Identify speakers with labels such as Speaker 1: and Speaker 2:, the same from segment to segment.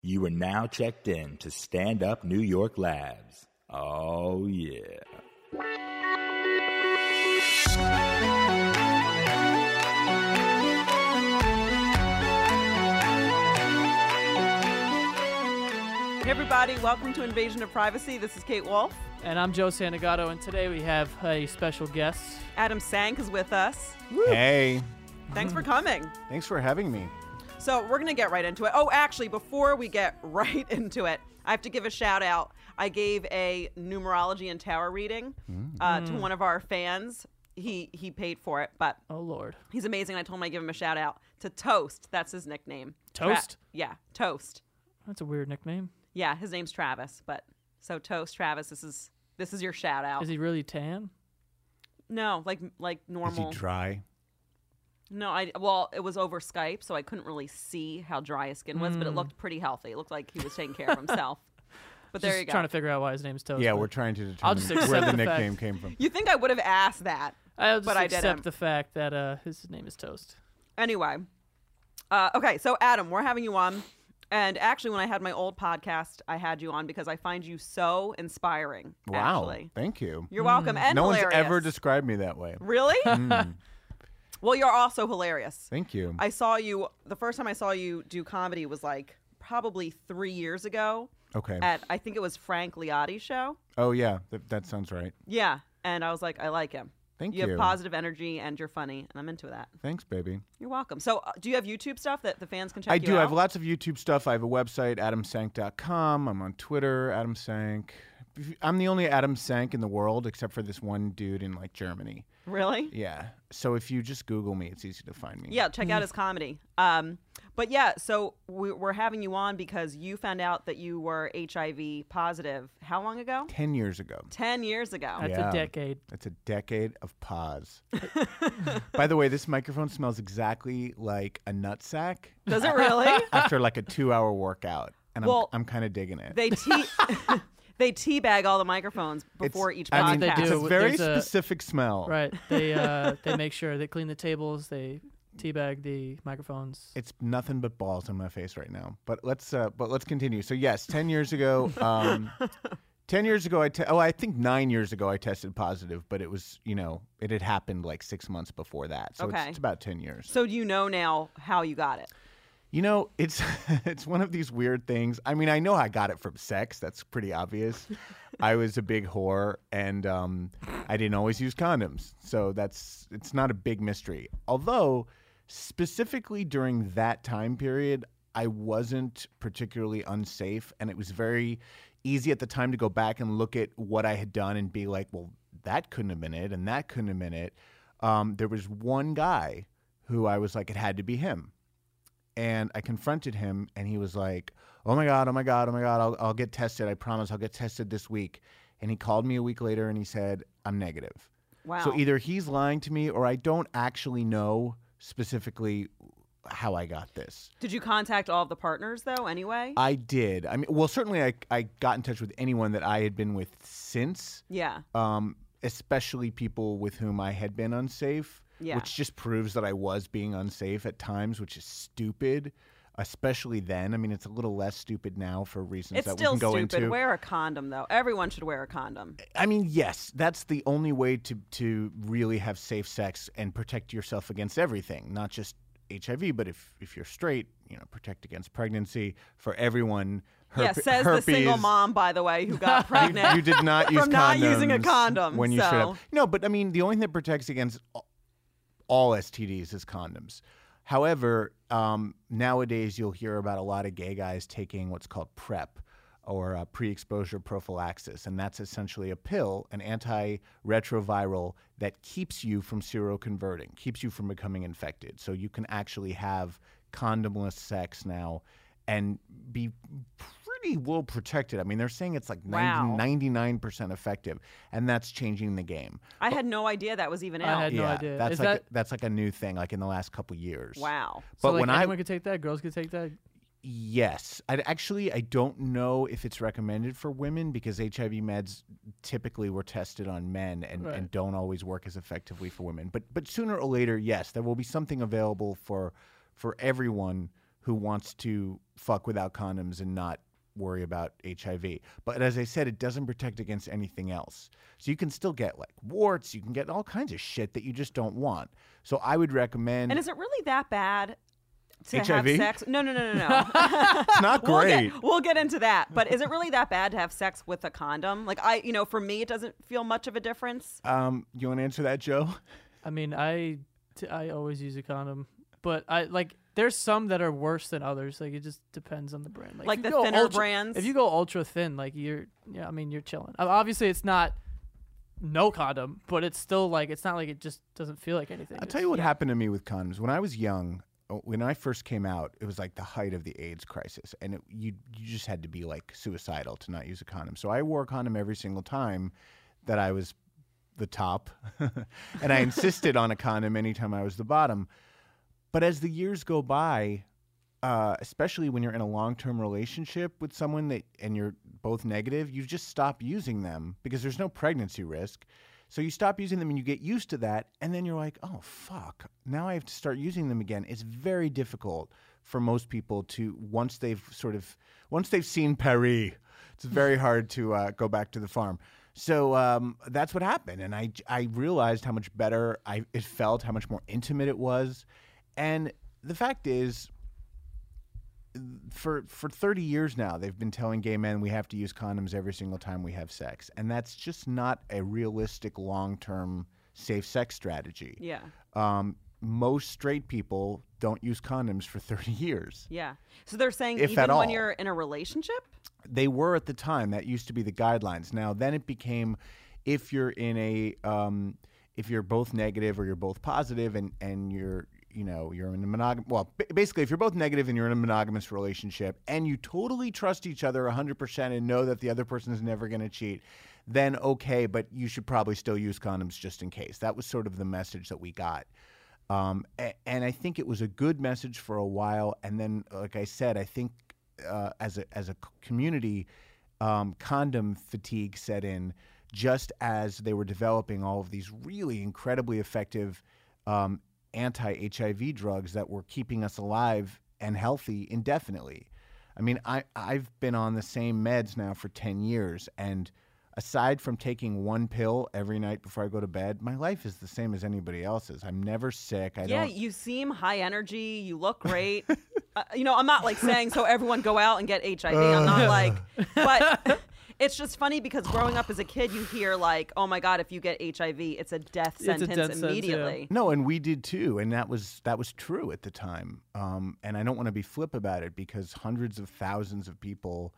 Speaker 1: You are now checked in to Stand Up New York Labs. Oh, yeah.
Speaker 2: Hey everybody, welcome to Invasion of Privacy. This is Kate Wolf.
Speaker 3: And I'm Joe Sanegato, and today we have a special guest.
Speaker 2: Adam Sank is with us.
Speaker 4: Hey,
Speaker 2: Thanks for coming.
Speaker 4: thanks for having me.
Speaker 2: So we're gonna get right into it. Oh, actually, before we get right into it, I have to give a shout out. I gave a numerology and tower reading uh, to one of our fans. He he paid for it, but
Speaker 3: Oh Lord,
Speaker 2: he's amazing. I told him I give him a shout out to Toast. That's his nickname. Tra-
Speaker 3: Toast?
Speaker 2: yeah, Toast.
Speaker 3: that's a weird nickname.
Speaker 2: Yeah, his name's Travis, but so Toast Travis. This is this is your shout out.
Speaker 3: Is he really tan?
Speaker 2: no, like like
Speaker 4: Is he
Speaker 2: normal.
Speaker 4: dry?
Speaker 2: No, I well, it was over Skype, so I couldn't really see how dry his skin was,
Speaker 3: Mm.
Speaker 2: but it looked pretty healthy. It looked like he was taking care of himself. But there
Speaker 3: Just
Speaker 2: you go.
Speaker 3: Trying to figure out why his name's Toast.
Speaker 4: Yeah,
Speaker 3: but
Speaker 4: we're trying to determine
Speaker 3: I'll just
Speaker 4: where
Speaker 3: accept
Speaker 4: the
Speaker 3: the fact.
Speaker 4: nickname came from.
Speaker 2: you think I would have asked that?
Speaker 3: I'll just
Speaker 2: but I did
Speaker 3: accept
Speaker 2: him.
Speaker 3: the fact that uh, his name is Toast.
Speaker 2: Anyway, uh, okay, so Adam, we're having you on, and actually, when I had my old podcast, I had you on because I find you so inspiring.
Speaker 4: Wow,
Speaker 2: actually.
Speaker 4: thank you.
Speaker 2: you're welcome.
Speaker 3: Mm.
Speaker 2: And
Speaker 4: no
Speaker 2: hilarious. Mm.
Speaker 4: one's ever described me that way.
Speaker 2: really. Well, you're also hilarious.
Speaker 4: Thank you.
Speaker 2: I saw you the first time I saw you do comedy was like probably three years ago.
Speaker 4: okay.
Speaker 2: at I think it was Frank Liotti's show.
Speaker 4: oh yeah, th- that sounds right.
Speaker 2: Yeah, and I was like, I like him.
Speaker 4: Thank
Speaker 2: You
Speaker 4: you.
Speaker 2: have positive energy and you're funny, and I'm into that.
Speaker 4: Thanks, baby.
Speaker 2: You're welcome. So, uh, do you have YouTube stuff that the fans can check?
Speaker 4: I
Speaker 2: you
Speaker 4: do. I have
Speaker 2: out?
Speaker 4: lots of YouTube stuff. I have a website, adamsank.com. I'm on Twitter, Adam Sank. If you- I'm the only Adam Sank in the world, except for this one dude in like Germany.
Speaker 2: Really?
Speaker 4: Yeah. So if you just Google me, it's easy to find me.
Speaker 2: Yeah, check out his comedy. Um, but yeah, so we, we're having you on because you found out that you were HIV positive. How long ago?
Speaker 4: Ten years ago.
Speaker 2: Ten years ago.
Speaker 3: That's
Speaker 4: Yeah.
Speaker 3: a decade.
Speaker 4: That's a decade of pause. By the way, this microphone smells exactly like a nut sack
Speaker 2: Does it really?
Speaker 4: after like a two-hour workout, and
Speaker 2: Well,
Speaker 4: I'm, I'm kind of digging it.
Speaker 2: they tea they teabag all the microphones
Speaker 4: It's-
Speaker 2: before each podcast.
Speaker 4: I mean,
Speaker 3: They
Speaker 4: it's
Speaker 3: do.
Speaker 4: a very
Speaker 3: There's a-
Speaker 4: specific smell.
Speaker 3: Right. They uh, they make sure they clean the tables. They teabag the microphones.
Speaker 4: It's nothing but balls on my face right now. But let's uh, but let's continue. So yes, ten years ago, um, ten years ago, I te- oh I think nine years ago I tested positive, but it was you know it had happened like six months before that, so it's,
Speaker 2: Okay.
Speaker 4: it's about ten years.
Speaker 2: So you know now how you got it.
Speaker 4: You know, it's it's one of these weird things. I mean, I know I got it from sex. That's pretty obvious. I was a big whore, and um, I didn't always use condoms, so that's it's not a big mystery. Although, specifically during that time period, I wasn't particularly unsafe, and it was very easy at the time to go back and look at what I had done and be like, well, that couldn't have been it, and that couldn't have been it. Um, there was one guy who I was like, it had to be him and I confronted him, and he was like, "Oh my god, oh my god, oh my god, I'll, I'll get tested. I promise, I'll get tested this week." And he called me a week later, and he said, "I'm negative."
Speaker 2: Wow.
Speaker 4: So either he's lying to me, or I don't actually know specifically how I got this.
Speaker 2: Did you contact all of the partners though? Anyway.
Speaker 4: I did. I mean, well, certainly I, I got in touch with anyone that I had been with since,
Speaker 2: yeah.
Speaker 4: um, especially people with whom I had been unsafe,
Speaker 2: Yeah.
Speaker 4: which just proves that I was being unsafe at times, which is stupid, especially then. I mean, it's a little less stupid now for reasons
Speaker 2: It's
Speaker 4: that
Speaker 2: still
Speaker 4: we can go
Speaker 2: stupid.
Speaker 4: into.
Speaker 2: Wear a condom, though. Everyone should wear a condom.
Speaker 4: I mean, yes, that's the only way to to really have safe sex and protect yourself against everything, not just HIV, but if if you're straight, you know, protect against pregnancy for everyone.
Speaker 2: yeah,
Speaker 4: herpe-
Speaker 2: says the single
Speaker 4: herpes.
Speaker 2: mom, by the way, who got
Speaker 4: You,
Speaker 2: pregnant.
Speaker 4: you did not use
Speaker 2: From not using a
Speaker 4: condoms
Speaker 2: condom,
Speaker 4: when you should
Speaker 2: so-
Speaker 4: have. No, but I mean, the only thing that protects against a- all STDs is condoms. However, um, nowadays you'll hear about a lot of gay guys taking what's called PrEP or uh, pre-exposure prophylaxis, and that's essentially a pill, an antiretroviral that keeps you from seroconverting, keeps you from becoming infected. So you can actually have condomless sex now and be pretty well protected. I mean, they're saying it's like 90,
Speaker 2: Wow.
Speaker 4: 99% effective, and that's changing the game.
Speaker 2: I had no idea that was even
Speaker 3: I
Speaker 2: out.
Speaker 3: had no idea.
Speaker 4: That's
Speaker 3: Is
Speaker 4: like
Speaker 3: that
Speaker 4: that's like a new thing, like in the last couple years.
Speaker 2: Wow.
Speaker 4: But
Speaker 3: so? Like
Speaker 4: when I
Speaker 3: anyone could take that. Girls could take that.
Speaker 4: yes, I actually I don't know if it's recommended for women because HIV meds typically were tested on men and,
Speaker 3: Right.
Speaker 4: and don't always work as effectively for women. But but sooner or later, yes, there will be something available for for everyone who wants to fuck without condoms and not worry about HIV. But as I said, it doesn't protect against anything else. So you can still get like warts, you can get all kinds of shit that you just don't want. So I would recommend
Speaker 2: And is it really that bad to
Speaker 4: HIV?
Speaker 2: have sex? No, no, no, no, no.
Speaker 4: it's not
Speaker 2: We'll
Speaker 4: great.
Speaker 2: get, we'll get into that. But is it really that bad to have sex with a condom? Like I, you know, for me, it doesn't feel much of a difference.
Speaker 4: Um, you want to answer that, Joe?
Speaker 3: I mean, I t- I always use a condom, but I like there's some that are worse than others. Like it just depends on the brand.
Speaker 2: Like
Speaker 3: if
Speaker 2: the
Speaker 3: you go
Speaker 2: thinner
Speaker 3: ultra-
Speaker 2: brands?
Speaker 3: If you go ultra thin, like you're yeah, I mean you're chilling. Uh, Obviously, it's not no condom, but it's still like it's not like it just doesn't feel like anything.
Speaker 4: I'll tell you what happened to me with condoms. When I was young, uh, when I first came out, it was like the height of the AIDS crisis, and it, you you just had to be like suicidal to not use a condom. So I wore a condom every single time that I was the top, and I insisted on a condom anytime I was the bottom. But as the years go by, uh, especially when you're in a long-term relationship with someone that and you're both negative, you just stop using them because there's no pregnancy risk. So you stop using them and you get used to that, and then you're like, oh fuck, now I have to start using them again. It's very difficult for most people to once they've sort of once they've seen Paris, it's very hard to uh, go back to the farm. So um, that's what happened, and I I realized how much better I it felt, how much more intimate it was, and the fact is for for 30 years now they've been telling gay men we have to use condoms every single time we have sex and that's just not a realistic long-term safe sex strategy
Speaker 2: Yeah.
Speaker 4: um, most straight people don't use condoms for 30 years
Speaker 2: Yeah. So they're saying
Speaker 4: If
Speaker 2: even
Speaker 4: at
Speaker 2: when
Speaker 4: all.
Speaker 2: you're in a relationship,
Speaker 4: they were at the time that used to be the guidelines now then it became if you're in a um, if you're both negative or you're both positive and and you're you know you're in a monogam well b- basically if you're both negative and you're in a monogamous relationship and you totally trust each other 100% and know that the other person is never going to cheat then okay but you should probably still use condoms just in case that was sort of the message that we got um, a- and I think it was a good message for a while. And then, like I said, I think uh, as a as a c- community, um, condom fatigue set in, just as they were developing all of these really incredibly effective um, anti HIV drugs that were keeping us alive and healthy indefinitely. I mean, I I've been on the same meds now for ten years, and aside from taking one pill every night before I go to bed, my life is the same as anybody else's. I'm never sick. I
Speaker 2: yeah,
Speaker 4: don't.
Speaker 2: you seem high energy, you look great. uh, you know, I'm not like saying so everyone go out and get HIV.
Speaker 3: Uh.
Speaker 2: I'm not like, but it's just funny because growing up as a kid, you hear like, oh my God, if you get HIV, it's a death
Speaker 3: It's a
Speaker 2: sentence
Speaker 3: death sentence, yeah.
Speaker 2: immediately.
Speaker 4: No, and we did too, and that was that was true at the time. Um, and I don't want to be flip about it because hundreds of thousands of people,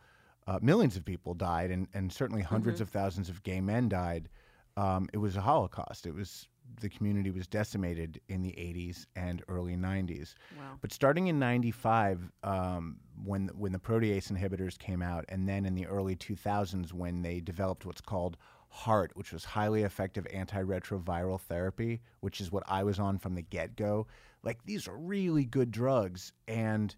Speaker 4: uh, millions of people died, and and certainly 100s of thousands of gay men died. Um, it was a Holocaust. It was the community was decimated in the 80s and early 90s.
Speaker 2: Wow.
Speaker 4: But starting in '95, um, when when the protease inhibitors came out, and then in the early 2000s when they developed what's called HART, which was highly effective antiretroviral therapy, which is what I was on from the get go. Like these are really good drugs, and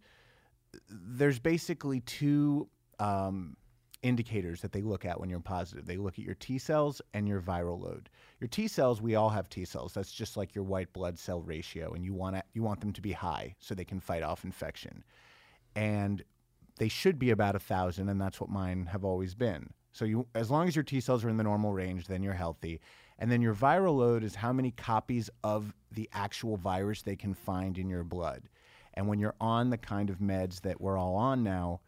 Speaker 4: there's basically two um, indicators that they look at when you're positive. They look at your T cells and your viral load. Your T cells, we all have T cells. That's just like your white blood cell ratio, and you want to, you want them to be high so they can fight off infection. And they should be about a thousand, and that's what mine have always been. So you, as long as your T cells are in the normal range, then you're healthy. And then your viral load is how many copies of the actual virus they can find in your blood. And when you're on the kind of meds that we're all on now,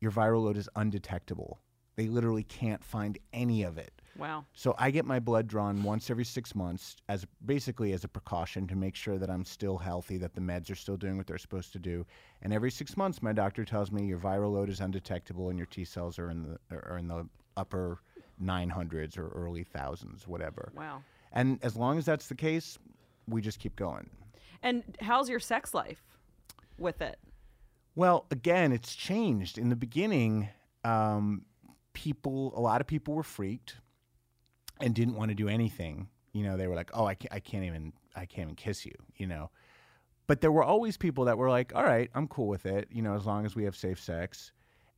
Speaker 4: your viral load is undetectable. They literally can't find any of it.
Speaker 2: Wow.
Speaker 4: So I get my blood drawn once every six months, as basically as a precaution to make sure that I'm still healthy, that the meds are still doing what they're supposed to do. And every six months, my doctor tells me your viral load is undetectable and your T cells are in the are in the upper 900s or early thousands, whatever.
Speaker 2: Wow.
Speaker 4: And as long as that's the case, we just keep going.
Speaker 2: And how's your sex life with it?
Speaker 4: Well, again, it's changed. In the beginning, um, people, a lot of people were freaked and didn't want to do anything. You know, they were like, "Oh, I can't, I can't even, I can't even kiss you." You know, but there were always people that were like, "All right, I'm cool with it." You know, as long as we have safe sex.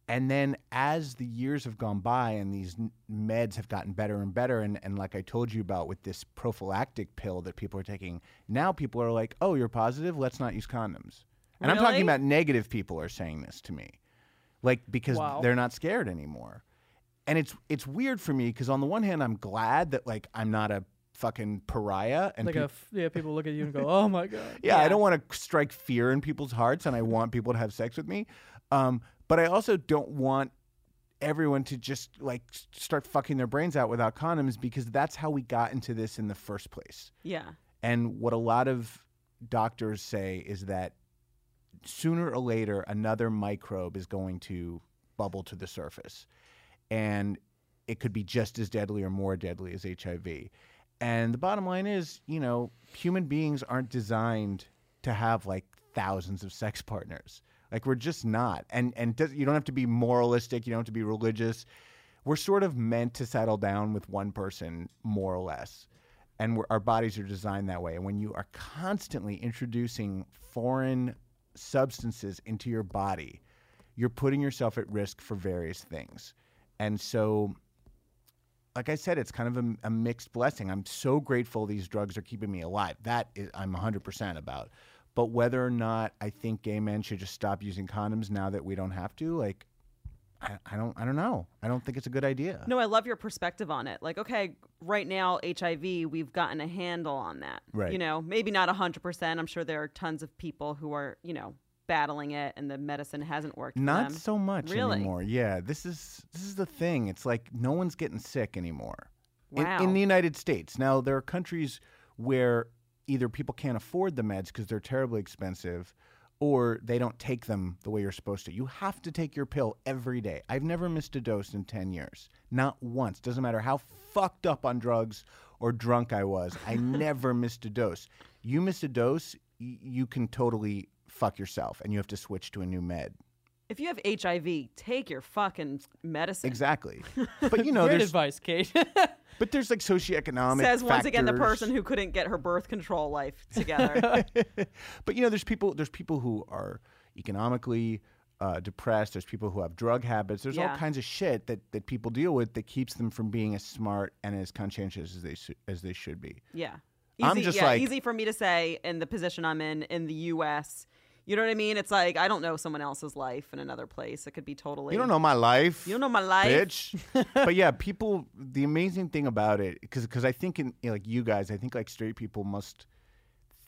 Speaker 4: And then as the years have gone by and these n- meds have gotten better and better, and, and like I told you about with this prophylactic pill that people are taking, now people are like, "Oh, you're positive. Let's not use condoms." And I'm
Speaker 2: Really?
Speaker 4: talking about negative people are saying this to me, like because
Speaker 3: Wow.
Speaker 4: they're not scared anymore. And it's it's weird for me because on the one hand, I'm glad that like I'm not a fucking pariah and
Speaker 3: Like
Speaker 4: peop-
Speaker 3: a f- yeah, people look at you and go, "Oh my god."
Speaker 4: yeah, I don't want to strike fear in people's hearts, and I want people to have sex with me. Um, but I also don't want everyone to just like s- start fucking their brains out without condoms because that's how we got into this in the first place.
Speaker 2: Yeah.
Speaker 4: And what a lot of doctors say is that sooner or later, another microbe is going to bubble to the surface. And it could be just as deadly or more deadly as HIV. And the bottom line is, you know, human beings aren't designed to have like thousands of sex partners. Like we're just not. And and does, you don't have to be moralistic, you don't have to be religious. We're sort of meant to settle down with one person more or less. And we're, our bodies are designed that way. And when you are constantly introducing foreign substances into your body, you're putting yourself at risk for various things. And so, like I said, it's kind of a, a mixed blessing. I'm so grateful these drugs are keeping me alive. That is, I'm 100% about. But whether or not I think gay men should just stop using condoms now that we don't have to, like, I, I don't, I don't know. I don't think it's a good idea.
Speaker 2: No, I love your perspective on it. Like, okay, right now HIV, we've gotten a handle on that.
Speaker 4: Right.
Speaker 2: You know, maybe not hundred percent. I'm sure there are tons of people who are, you know, battling it, and the medicine hasn't worked. for
Speaker 4: Not
Speaker 2: them.
Speaker 4: so much
Speaker 2: Really?
Speaker 4: anymore. Yeah, this is this is the thing. It's like no one's getting sick anymore. In-
Speaker 2: Wow.
Speaker 4: In, the United States. Now there are countries where either people can't afford the meds because they're terribly expensive or they don't take them the way you're supposed to. You have to take your pill every day. I've never missed a dose in 10 years. Not once. Doesn't matter how fucked up on drugs or drunk I was. I never missed a dose. You miss a dose, y- you can totally fuck yourself and you have to switch to a new med.
Speaker 2: If you have HIV, take your fucking medicine.
Speaker 4: Exactly. But you know,
Speaker 3: Great
Speaker 4: there's
Speaker 3: advice, Kate.
Speaker 4: but there's like socioeconomic
Speaker 2: Says once again the
Speaker 4: factors.
Speaker 2: person who couldn't get her birth control life together.
Speaker 4: but you know, there's people there's people who are economically uh, depressed. There's people who have drug habits. There's
Speaker 2: Yeah.
Speaker 4: all kinds of shit that, that people deal with that keeps them from being as smart and as conscientious as they su- as they should be.
Speaker 2: yeah. Easy,
Speaker 4: I'm just
Speaker 2: yeah,
Speaker 4: like-
Speaker 2: easy for me to say in the position I'm in in the U.S. You know what I mean? It's like I don't know someone else's life in another place. It could be totally.
Speaker 4: You don't know my life.
Speaker 2: You don't know my life.
Speaker 4: bitch. but yeah, people. The amazing thing about it, because I think in you know, like you guys, I think like straight people must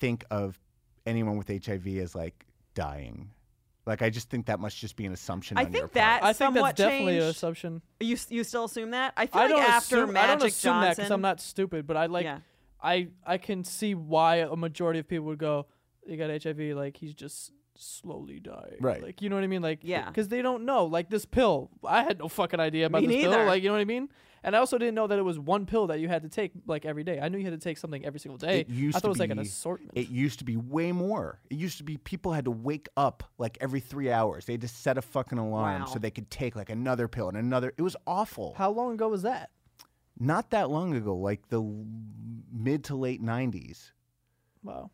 Speaker 4: think of anyone with HIV as like dying. Like I just think that must just be an assumption.
Speaker 2: I
Speaker 4: on their
Speaker 2: think
Speaker 4: part.
Speaker 3: I
Speaker 2: that
Speaker 3: think that's
Speaker 2: somewhat
Speaker 3: definitely an
Speaker 2: changed.
Speaker 3: assumption.
Speaker 2: You you still assume that? I feel
Speaker 3: I
Speaker 2: like
Speaker 3: don't
Speaker 2: after
Speaker 3: assume,
Speaker 2: Magic
Speaker 3: I don't assume that
Speaker 2: Johnson,
Speaker 3: because I'm not stupid, but I like
Speaker 2: Yeah.
Speaker 3: I I can see why a majority of people would go, "You got HIV, like he's just slowly dying."
Speaker 4: Right.
Speaker 3: Like you know what I mean? Like
Speaker 2: Yeah.
Speaker 3: because they don't know. Like this pill, I had no fucking idea about
Speaker 2: Me
Speaker 3: this
Speaker 2: neither.
Speaker 3: pill. Like you know what I mean? And I also didn't know that it was one pill that you had to take like every day. I knew you had to take something every single day.
Speaker 4: It used
Speaker 3: I thought
Speaker 4: to
Speaker 3: it was like an
Speaker 4: be-
Speaker 3: assortment.
Speaker 4: It used to be way more. It used to be people had to wake up like every three hours. They had to set a fucking alarm
Speaker 2: Wow.
Speaker 4: so they could take like another pill and another. It was awful.
Speaker 3: How long ago was that?
Speaker 4: Not that long ago, like the l- mid to late '90s.
Speaker 3: Wow.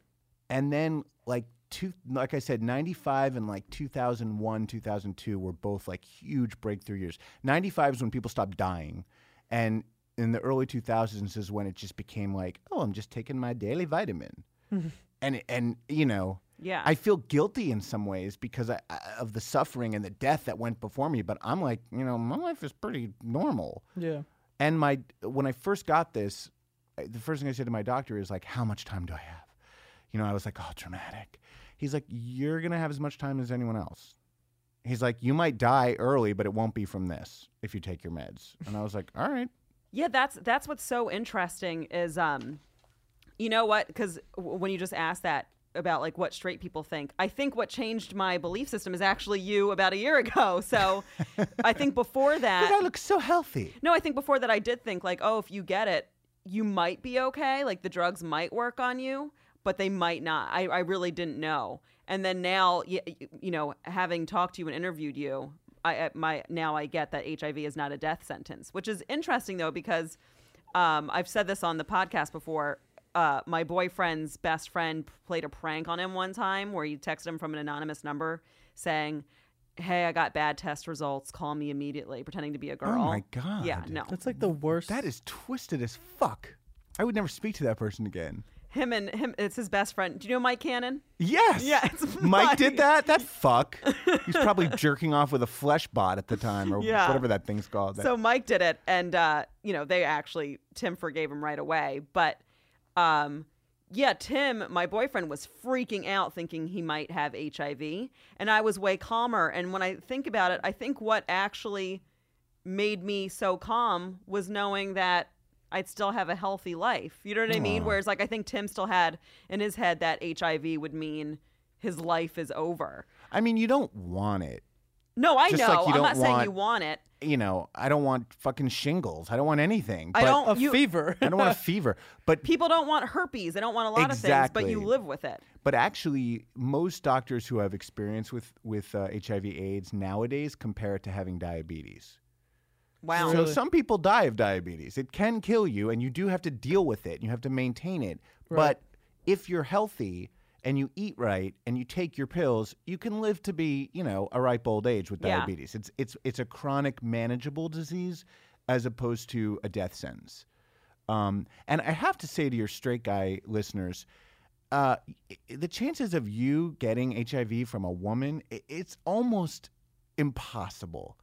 Speaker 4: and then like two like i said 95 and like 2001 2002 were both like huge breakthrough years 95 is when people stopped dying and in the early 2000s is when it just became like oh i'm just taking my daily vitamin and and you know
Speaker 2: Yeah.
Speaker 4: i feel guilty in some ways because I, I, of the suffering and the death that went before me but i'm like you know my life is pretty normal
Speaker 3: Yeah.
Speaker 4: and my when I first got this, I- the first thing I said to my doctor is like, "How much time do I have?" You know, I was like, "Oh, dramatic." He's like, "You're gonna have as much time as anyone else." He's like, you might die early, but it won't be from this if you take your meds. And I was like, all right.
Speaker 2: Yeah, that's that's what's so interesting is um, you know what? Because when you just asked that about like what straight people think, I think what changed my belief system is actually you about a year ago. So I think before that,
Speaker 4: But I look so healthy.
Speaker 2: no, I think before that I did think like, oh, if you get it, you might be okay. Like the drugs might work on you, but they might not. I, I really didn't know. And then now, you, you know, having talked to you and interviewed you, I at my now I get that HIV is not a death sentence, which is interesting though because um, I've said this on the podcast before. Uh, my boyfriend's best friend played a prank on him one time where he texted him from an anonymous number saying, "Hey, I got bad test results. Call me immediately," pretending to be a girl.
Speaker 4: Oh my God.
Speaker 2: Yeah, no.
Speaker 3: That's like the worst.
Speaker 4: That is twisted as fuck. I would never speak to that person again.
Speaker 2: Him and him. It's his best friend. Do you know Mike Cannon?
Speaker 4: Yes.
Speaker 2: Yeah, it's
Speaker 4: Mike
Speaker 2: Mike.
Speaker 4: did that. That fuck. He's probably jerking off with a flesh bot at the time, or
Speaker 2: Yeah.
Speaker 4: whatever that thing's called. That-
Speaker 2: So Mike did it, and uh, you know they actually Tim forgave him right away. But um, yeah, Tim, my boyfriend, was freaking out, thinking he might have HIV, and I was way calmer. And when I think about it, I think what actually made me so calm was knowing that I'd still have a healthy life. You know what I mean? Whereas like I think Tim still had in his head that HIV would mean his life is over.
Speaker 4: I mean, you don't want it.
Speaker 2: No, I
Speaker 4: Just
Speaker 2: know.
Speaker 4: like you
Speaker 2: I'm
Speaker 4: don't
Speaker 2: not saying you
Speaker 4: want-
Speaker 2: want it.
Speaker 4: You know, I don't want fucking shingles. I don't want anything.
Speaker 2: I
Speaker 4: but-
Speaker 2: don't.
Speaker 3: a
Speaker 2: you,
Speaker 3: fever.
Speaker 4: I don't want a fever. But
Speaker 2: People don't want herpes. They don't want a lot of things, but you
Speaker 4: Exactly.
Speaker 2: live with it.
Speaker 4: but actually, most doctors who have experience with with uh, HIV/AIDS nowadays compare it to having diabetes.
Speaker 2: Wow.
Speaker 4: So some people die of diabetes. It can kill you, and you do have to deal with it. And you have to maintain it. But if you're healthy and you eat right and you take your pills, you can live to be, you know, a ripe old age with
Speaker 2: Yeah.
Speaker 4: diabetes. It's it's it's a chronic, manageable disease, as opposed to a death sentence. Um, and I have to say to your straight guy listeners, uh, i- the chances of you getting HIV from a woman, i- it's almost impossible.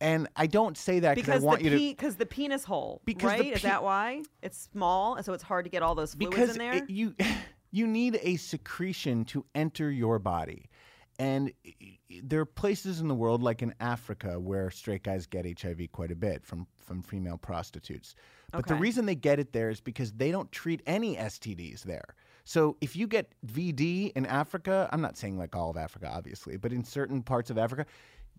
Speaker 4: And I don't say that because I
Speaker 2: because
Speaker 4: want
Speaker 2: the
Speaker 4: you to
Speaker 2: because the penis hole,
Speaker 4: Because the
Speaker 2: right? Is
Speaker 4: pe-
Speaker 2: that why it's small, and so it's hard to get all those fluids
Speaker 4: because
Speaker 2: in there?
Speaker 4: it- you you need a secretion to enter your body. And i- i- there are places in the world, like in Africa, where straight guys get HIV quite a bit from, from female prostitutes. But the
Speaker 2: Okay.
Speaker 4: reason they get it there is because they don't treat any STDs there. So if you get VD in Africa, I'm not saying like all of Africa, obviously, but in certain parts of Africa,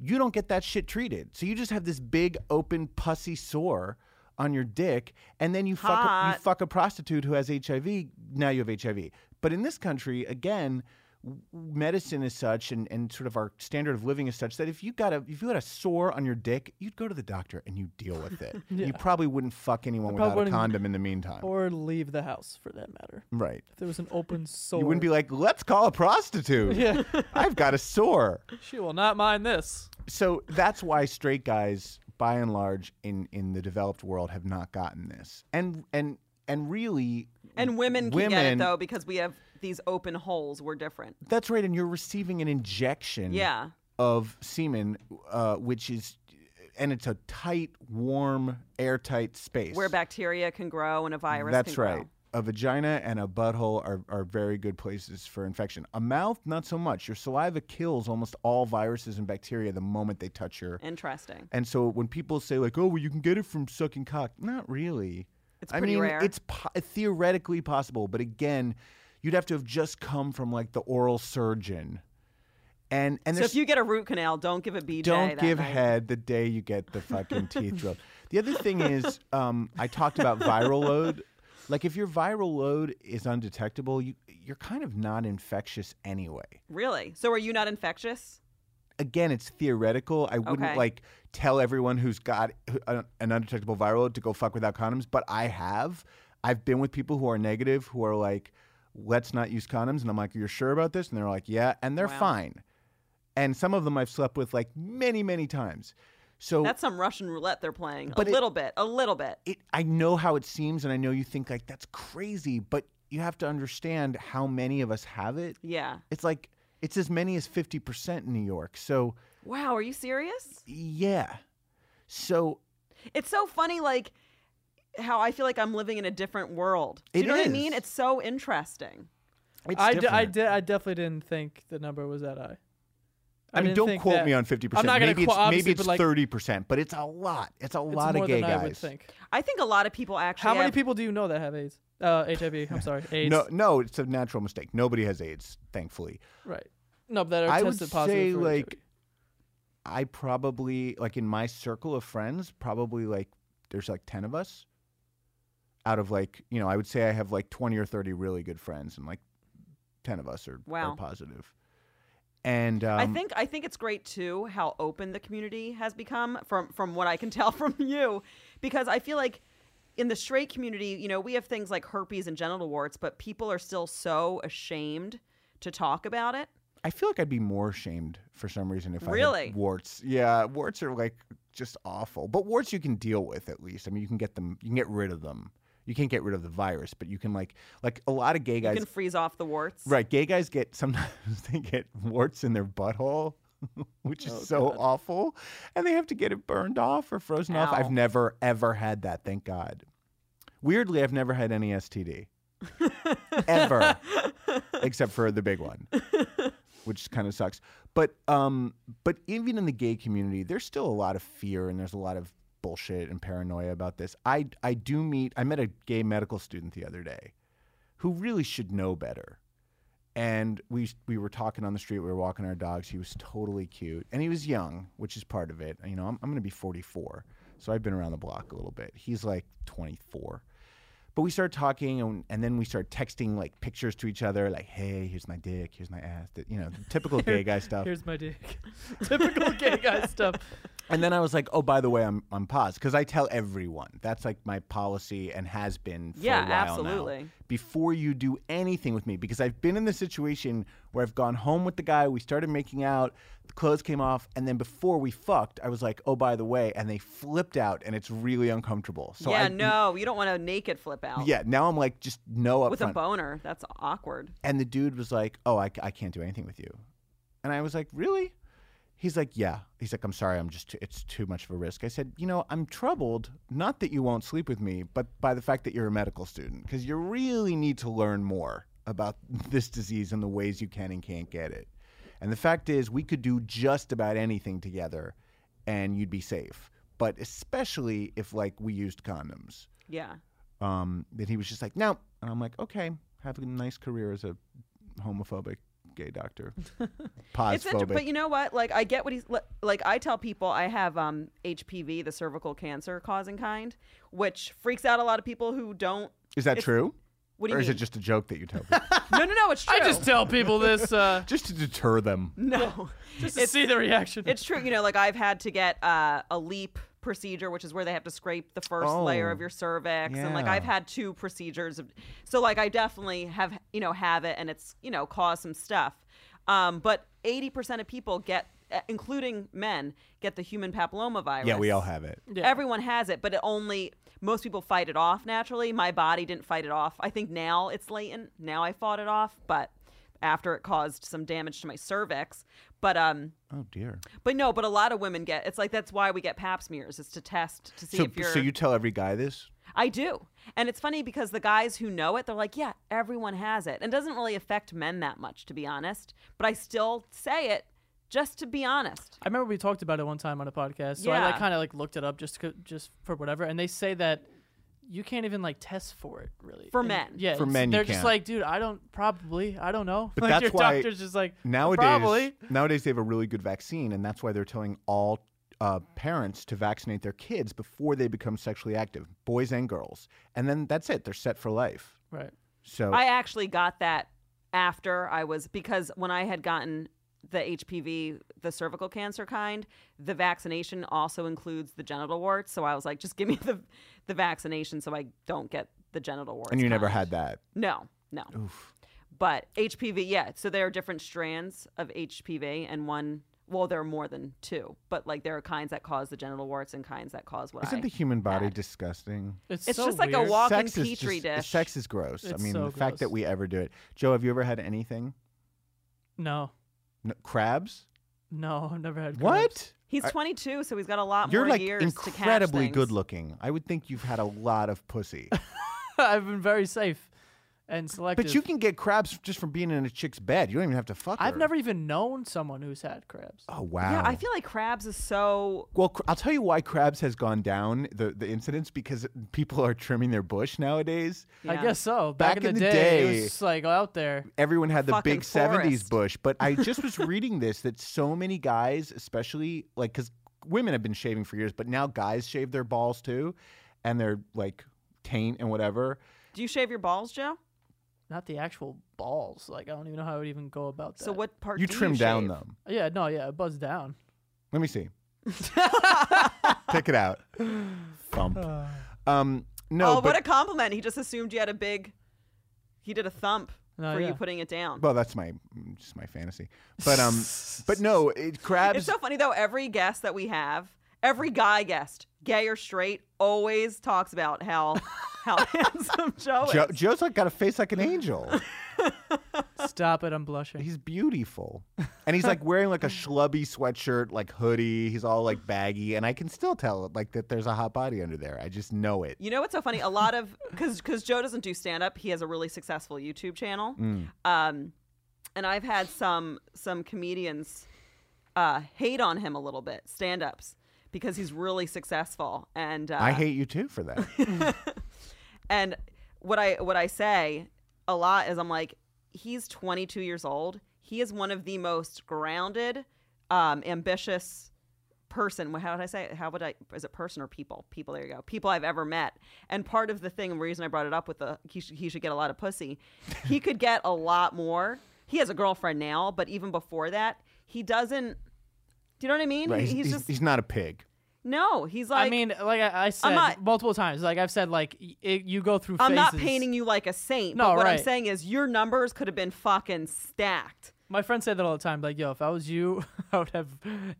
Speaker 4: you don't get that shit treated. So you just have this big, open, pussy sore on your dick, and then you fuck a, you
Speaker 2: Hot.
Speaker 4: fuck a prostitute who has HIV, now you have HIV. But in this country, again, w- medicine is such and, and sort of our standard of living is such that if you got a if you had a sore on your dick, you'd go to the doctor and you deal with it. You probably wouldn't fuck anyone
Speaker 3: probably
Speaker 4: without a
Speaker 3: wouldn't-
Speaker 4: condom in the meantime.
Speaker 3: or leave the house for that matter.
Speaker 4: right.
Speaker 3: If there was an open sore,
Speaker 4: You wouldn't be like, let's call a prostitute.
Speaker 3: Yeah,
Speaker 4: I've got a sore.
Speaker 3: she will not mind this.
Speaker 4: So that's why straight guys, by and large, in, in the developed world, have not gotten this. And and and really,
Speaker 2: and women can get it
Speaker 4: women-
Speaker 2: though because we have these open holes. We're different.
Speaker 4: That's right. And you're receiving an injection.
Speaker 2: Yeah.
Speaker 4: of semen, uh, which is, and it's a tight, warm, airtight space.
Speaker 2: Where bacteria can grow and a virus.
Speaker 4: That's
Speaker 2: can
Speaker 4: right.
Speaker 2: Grow.
Speaker 4: A vagina and a butthole are, are very good places for infection. A mouth, not so much. Your saliva kills almost all viruses and bacteria the moment they touch your.
Speaker 2: Interesting.
Speaker 4: And so when people say like, "Oh, well, you can get it from sucking cock," not really.
Speaker 2: It's
Speaker 4: I
Speaker 2: pretty
Speaker 4: mean,
Speaker 2: rare.
Speaker 4: it's po- theoretically possible, but again, you'd have to have just come from like the oral surgeon. And and
Speaker 2: So
Speaker 4: there's
Speaker 2: if you get a root canal, don't give a BJ.
Speaker 4: don't
Speaker 2: that
Speaker 4: give
Speaker 2: night.
Speaker 4: head the day you get the fucking teeth drilled. The other thing is, um, I talked about viral load. Like if your viral load is undetectable, you you're kind of not infectious anyway.
Speaker 2: Really? So are you not infectious?
Speaker 4: Again, it's theoretical. I wouldn't
Speaker 2: Okay.
Speaker 4: like tell everyone who's got who- an an undetectable viral load to go fuck without condoms, but I have. I've been with people who are negative who are like, "Let's not use condoms," and I'm like, "You're sure about this?" And they're like, "Yeah," and they're fine. And some of them I've slept with like many, many times. So
Speaker 2: That's some Russian roulette they're playing.
Speaker 4: Oh. But
Speaker 2: a
Speaker 4: it-
Speaker 2: little bit. A little bit.
Speaker 4: it I know how it seems and I know you think like that's crazy, but you have to understand how many of us have it.
Speaker 2: Yeah.
Speaker 4: It's like it's as many as 50% in New York. So,
Speaker 2: Wow. Are you serious?
Speaker 4: yeah. So,
Speaker 2: It's so funny, like how I feel like I'm living in a different world. Do you
Speaker 4: It
Speaker 2: know what I
Speaker 4: is.
Speaker 2: mean? It's so interesting.
Speaker 4: it's
Speaker 3: I, d- I,
Speaker 4: different.
Speaker 3: di- I definitely didn't think the number was that high.
Speaker 4: I, mean,
Speaker 3: didn't
Speaker 4: don't
Speaker 3: think
Speaker 4: quote
Speaker 3: that-
Speaker 4: me on fifty
Speaker 3: I'm
Speaker 4: percent.
Speaker 3: not gonna
Speaker 4: Maybe
Speaker 3: quote-
Speaker 4: it's maybe
Speaker 3: obviously,
Speaker 4: it's
Speaker 3: but, like,
Speaker 4: thirty percent, but it's a lot. It's a lot
Speaker 3: it's
Speaker 4: of
Speaker 3: more
Speaker 4: gay
Speaker 3: than
Speaker 4: guys.
Speaker 3: I would think.
Speaker 2: I think a lot of people actually.
Speaker 3: How many
Speaker 2: have-
Speaker 3: people do you know that have AIDS? Uh, HIV. I'm sorry, AIDS.
Speaker 4: No, no, it's a natural mistake. Nobody has AIDS, thankfully.
Speaker 3: Right. No, that are
Speaker 4: I would
Speaker 3: tested positive
Speaker 4: say,
Speaker 3: for
Speaker 4: like,
Speaker 3: HIV.
Speaker 4: I probably like in my circle of friends, probably like there's like ten of us. Out of like you know, I would say I have like twenty or thirty really good friends, and like ten of us are,
Speaker 2: Wow.
Speaker 4: are positive. And um,
Speaker 2: I think I think it's great too how open the community has become from from what I can tell from you, because I feel like in the straight community, you know, we have things like herpes and genital warts, but people are still so ashamed to talk about it.
Speaker 4: I feel like I'd be more ashamed for some reason if I
Speaker 2: Really?
Speaker 4: had warts. Yeah, warts are like just awful. But warts you can deal with at least. I mean, you can get them. You can get rid of them. You can't get rid of the virus, but you can like like a lot of gay
Speaker 2: You
Speaker 4: guys.
Speaker 2: can freeze off the warts.
Speaker 4: right, gay guys get sometimes they get warts in their butthole, which is so awful, and they have to get it burned off or frozen off.
Speaker 2: Ow.
Speaker 4: I've never ever had that. Thank God. Weirdly, I've never had any STD. ever except for the big one which kind of sucks but um but even in the gay community there's still a lot of fear and there's a lot of bullshit and paranoia about this i i do meet i met a gay medical student the other day who really should know better and we we were talking on the street we were walking our dogs he was totally cute and he was young which is part of it you know i'm, I'm going to be 44 so i've been around the block a little bit he's like 24 but we start talking and, and then we start texting like pictures to each other like hey here's my dick here's my ass th- you know the typical gay guy stuff
Speaker 3: Here's my dick. Typical gay guy stuff.
Speaker 4: and then i was like oh by the way i'm, I'm paused because i tell everyone that's like my policy and has been for
Speaker 2: Yeah,
Speaker 4: a while now.
Speaker 2: absolutely.
Speaker 4: before you do anything with me because i've been in the situation where i've gone home with the guy we started making out the clothes came off and then before we fucked i was like oh by the way and they flipped out and it's really uncomfortable so
Speaker 2: yeah,
Speaker 4: I,
Speaker 2: no, you don't want to naked flip out.
Speaker 4: yeah now i'm like just no up
Speaker 2: With a
Speaker 4: front.
Speaker 2: boner, that's awkward.
Speaker 4: And the dude was like, "Oh, I, I can't do anything with you." And I was like, "Really?" He's like, "Yeah." He's like, "I'm sorry, I'm just too, it's too much of a risk." I said, "You know, I'm troubled not that you won't sleep with me, but by the fact that you're a medical student because you really need to learn more about this disease and the ways you can and can't get it. And the fact is, we could do just about anything together, and you'd be safe. But especially if like we used condoms."
Speaker 2: Yeah.
Speaker 4: um, that he was just like, no. And I'm like, okay, have a nice career as a homophobic gay doctor.
Speaker 2: It's interesting,
Speaker 4: Posphobic.
Speaker 2: but you know what? Like, I get what he's li- like. I tell people I have um, HPV, the cervical cancer causing kind, which freaks out a lot of people who don't.
Speaker 4: is that true?
Speaker 2: What do
Speaker 4: or
Speaker 2: you
Speaker 4: is
Speaker 2: mean?
Speaker 4: it just a joke that you tell people?
Speaker 2: no, no, no. It's true.
Speaker 3: I just tell people this uh,
Speaker 4: just to deter them.
Speaker 2: no.
Speaker 3: just to see the reaction.
Speaker 2: It's true. You know, like I've had to get uh, a leap procedure, which is where they have to scrape the first
Speaker 4: Oh,
Speaker 2: layer of your cervix, and like I've
Speaker 4: yeah.
Speaker 2: had two procedures. Of, so like I definitely have you know have it, and it's you know caused some stuff. Um, but eighty percent of people get, uh, including men, get the human papilloma virus.
Speaker 4: Yeah, we all have it.
Speaker 3: Yeah.
Speaker 2: Everyone has it, but it only most people fight it off naturally. My body didn't fight it off. I think now it's latent. Now I fought it off, but after it caused some damage to my cervix. But um,
Speaker 4: Oh dear.
Speaker 2: but no, but a lot of women get. It's like that's why we get Pap smears is to test to see
Speaker 4: So,
Speaker 2: if you're.
Speaker 4: so you tell every guy this?
Speaker 2: I do, and it's funny because the guys who know it, they're like, yeah, everyone has it, and it doesn't really affect men that much, to be honest. But I still say it just to be honest.
Speaker 3: I remember we talked about it one time on a podcast, so I
Speaker 2: Yeah.
Speaker 3: like kind of like looked it up just c- just for whatever, and they say that you can't even like test for it really
Speaker 2: For
Speaker 3: And-
Speaker 2: men.
Speaker 3: Yeah,
Speaker 4: For
Speaker 3: it's-
Speaker 4: men you
Speaker 3: they're just
Speaker 4: can't.
Speaker 3: like, dude, I don't probably, I don't know.
Speaker 4: But
Speaker 3: like
Speaker 4: that's
Speaker 3: your
Speaker 4: why
Speaker 3: doctor's just like
Speaker 4: Nowadays,
Speaker 3: probably.
Speaker 4: nowadays they have a really good vaccine, and that's why they're telling all uh, parents to vaccinate their kids before they become sexually active, boys and girls. And then that's it; they're set for life.
Speaker 3: Right.
Speaker 4: So
Speaker 2: I actually got that after I was because when I had gotten the HPV, the cervical cancer kind, the vaccination also includes the genital warts. So I was like, just give me the the vaccination so I don't get the genital warts.
Speaker 4: and you never
Speaker 2: kind.
Speaker 4: had that.
Speaker 2: No, no. But HPV, yeah. So there are different strands of HPV, and one. Well, there are more than two, but like there are kinds that cause the genital warts and kinds that cause what I.
Speaker 4: Isn't the human body disgusting?
Speaker 3: It's,
Speaker 2: It's
Speaker 3: so
Speaker 2: just like a
Speaker 3: weird.
Speaker 2: walk- Fucking
Speaker 4: sex is
Speaker 2: petri
Speaker 4: just-
Speaker 2: dish.
Speaker 4: Sex is gross. I
Speaker 3: It's
Speaker 4: mean,
Speaker 3: so
Speaker 4: the fact that
Speaker 3: gross.
Speaker 4: we ever do it. Joe, have you ever had anything?
Speaker 3: No,
Speaker 4: No, crabs?
Speaker 3: no, I've never had. cramps.
Speaker 4: What?
Speaker 2: he's
Speaker 4: I-
Speaker 2: 22, so he's got a lot
Speaker 4: You're
Speaker 2: more
Speaker 4: like
Speaker 2: years
Speaker 4: incredibly
Speaker 2: to catch things.
Speaker 4: good looking. I would think you've had a lot of pussy.
Speaker 3: I've been very safe. and selective.
Speaker 4: But you can get crabs just from being in a chick's bed. You don't even have to fuck
Speaker 3: I've
Speaker 4: her.
Speaker 3: never even known someone who's had crabs.
Speaker 4: Oh wow.
Speaker 2: Yeah, I feel like crabs is so
Speaker 4: Well, cr- I'll tell you why crabs has gone down the the incidents because people are trimming their bush nowadays.
Speaker 3: I
Speaker 2: Yeah.
Speaker 3: guess so. Back, in the, day, it
Speaker 4: day-
Speaker 3: was like out there.
Speaker 4: Everyone had the
Speaker 2: Fucking
Speaker 4: big seventies
Speaker 2: forest.
Speaker 4: bush, but I just was reading this that so many guys, especially like because women have been shaving for years, but now guys shave their balls too, and they're like taint and whatever.
Speaker 2: Do you shave your balls, Joe?
Speaker 3: Not the actual balls. Like I don't even know how I would even go about that.
Speaker 2: So what part
Speaker 4: You
Speaker 2: do
Speaker 4: trim
Speaker 2: you
Speaker 4: down
Speaker 2: shave?
Speaker 4: them.
Speaker 3: Yeah, no, yeah, it buzzed down.
Speaker 4: Let me see. Check it out. Thump. Um, no,
Speaker 2: Uh. oh,
Speaker 4: but
Speaker 2: what a compliment! He just assumed you had a big. He did a thump
Speaker 3: No,
Speaker 2: for
Speaker 3: yeah.
Speaker 2: you putting it down.
Speaker 4: well, that's my just my fantasy. But um, but no, it, crabs.
Speaker 2: It's so funny though. Every guest that we have, every guy guest, gay or straight, always talks about how how handsome Joe is.
Speaker 4: Joe, Joe's like got a face like an angel.
Speaker 3: Stop it! I'm blushing.
Speaker 4: He's beautiful, and he's like wearing like a schlubby sweatshirt, like hoodie. He's all like baggy, and I can still tell like that there's a hot body under there. I just know it.
Speaker 2: You know what's so funny? A lot of because because Joe doesn't do stand up. He has a really successful YouTube channel. Um, and I've had some some comedians uh, hate on him a little bit, stand ups, because he's really successful. And uh,
Speaker 4: I hate you too for that.
Speaker 2: and what I what I say a lot is I'm like, he's 22 years old. He is one of the most grounded, um, ambitious person. How would I say? it? How would I? Is it person or people? People. There you go. People I've ever met. And part of the thing, the reason I brought it up with the he should, he should get a lot of pussy. He could get a lot more. He has a girlfriend now, but even before that, he doesn't. Do you know what I mean?
Speaker 4: Right,
Speaker 2: He-
Speaker 4: he's, he's,
Speaker 2: just
Speaker 4: he's not a pig.
Speaker 2: no. He's like
Speaker 3: I mean, like I, I said
Speaker 2: not-
Speaker 3: multiple times, like I've said, like y- it, you go through.
Speaker 2: I'm not
Speaker 3: phases.
Speaker 2: painting you like a saint.
Speaker 3: No,
Speaker 2: but what I'm
Speaker 3: right.
Speaker 2: saying is your numbers could have been fucking stacked.
Speaker 3: My friends say that all the time. Like, yo, if I was you, I would have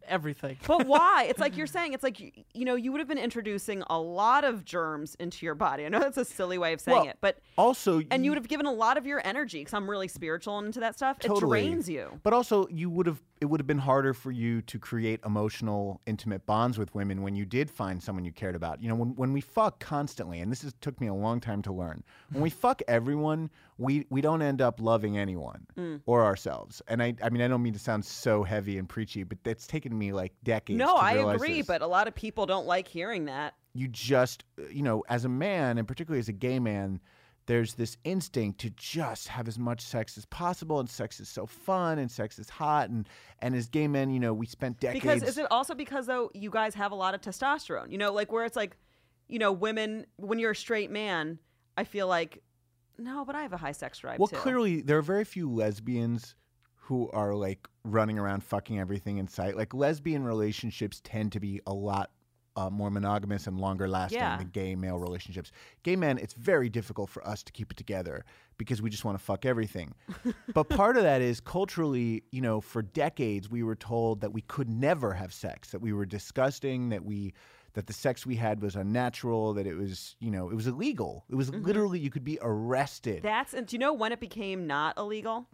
Speaker 3: everything.
Speaker 2: But why? it's like you're saying it's like you, you know you would have been introducing a lot of germs into your body. I know that's a silly way of saying
Speaker 4: Well,
Speaker 2: it, but
Speaker 4: Also,
Speaker 2: and you would have given a lot of your energy because I'm really spiritual and into that stuff.
Speaker 4: totally.
Speaker 2: It drains you.
Speaker 4: But also, you would have it would have been harder for you to create emotional, intimate bonds with women when you did find someone you cared about. You know, when, when we fuck constantly, and this is, took me a long time to learn. When we fuck everyone, we we don't end up loving anyone
Speaker 2: Mm.
Speaker 4: or ourselves. And I I mean, I don't mean to sound so heavy and preachy, but that's taken me like decades.
Speaker 2: No,
Speaker 4: to
Speaker 2: I
Speaker 4: realize
Speaker 2: agree,
Speaker 4: this.
Speaker 2: but a lot of people don't like hearing that.
Speaker 4: you just uh, you know, as a man, and particularly as a gay man. There's this instinct to just have as much sex as possible, and sex is so fun, and sex is hot, and and as gay men, you know, we spent decades.
Speaker 2: Because is it also because though you guys have a lot of testosterone? You know, like where it's like, you know, women when you're a straight man, I feel like no, but I have a high sex drive
Speaker 4: well,
Speaker 2: too.
Speaker 4: clearly there are very few lesbians who are like running around fucking everything in sight. Like lesbian relationships tend to be a lot. Uh, more monogamous and longer lasting
Speaker 2: Yeah.
Speaker 4: than gay male relationships. Gay men, it's very difficult for us to keep it together because we just want to fuck everything. but part of that is culturally, you know, for decades we were told that we could never have sex, that we were disgusting, that we that the sex we had was unnatural, that it was, you know, it was illegal. It was literally you could be arrested.
Speaker 2: That's and do you know when it became not illegal?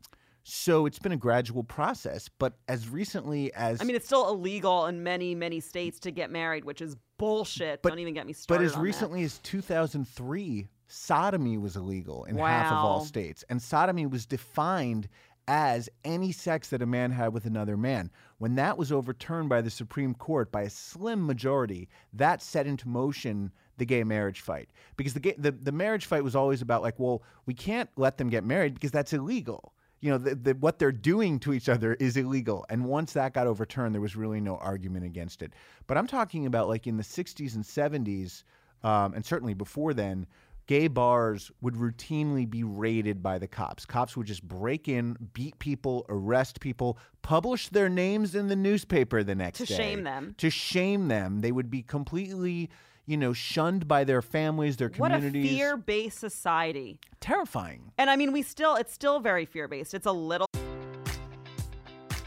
Speaker 4: So it's been a gradual process, but as recently as
Speaker 2: I mean, it's still illegal in many many states to get married, which is bullshit.
Speaker 4: But-
Speaker 2: Don't even get me
Speaker 4: but
Speaker 2: started.
Speaker 4: as
Speaker 2: on that.
Speaker 4: recently as 2003, sodomy was illegal in half of all
Speaker 2: Wow.
Speaker 4: states, and sodomy was defined as any sex that a man had with another man. When that was overturned by the Supreme Court by a slim majority, that set into motion the gay marriage fight because the gay, the, the marriage fight was always about like, well, we can't let them get married because that's illegal. You know, the, the, what they're doing to each other is illegal. And once that got overturned, there was really no argument against it. But I'm talking about like in the 60s and 70s, um, and certainly before then, gay bars would routinely be raided by the cops. Cops would just break in, beat people, arrest people, publish their names in the newspaper the next
Speaker 2: To
Speaker 4: day.
Speaker 2: shame them.
Speaker 4: To shame them. They would be completely, you know, shunned by their families, their
Speaker 2: what a
Speaker 4: communities.
Speaker 2: fear based society.
Speaker 4: Terrifying.
Speaker 2: And I mean, we still it's still very fear based. It's a little.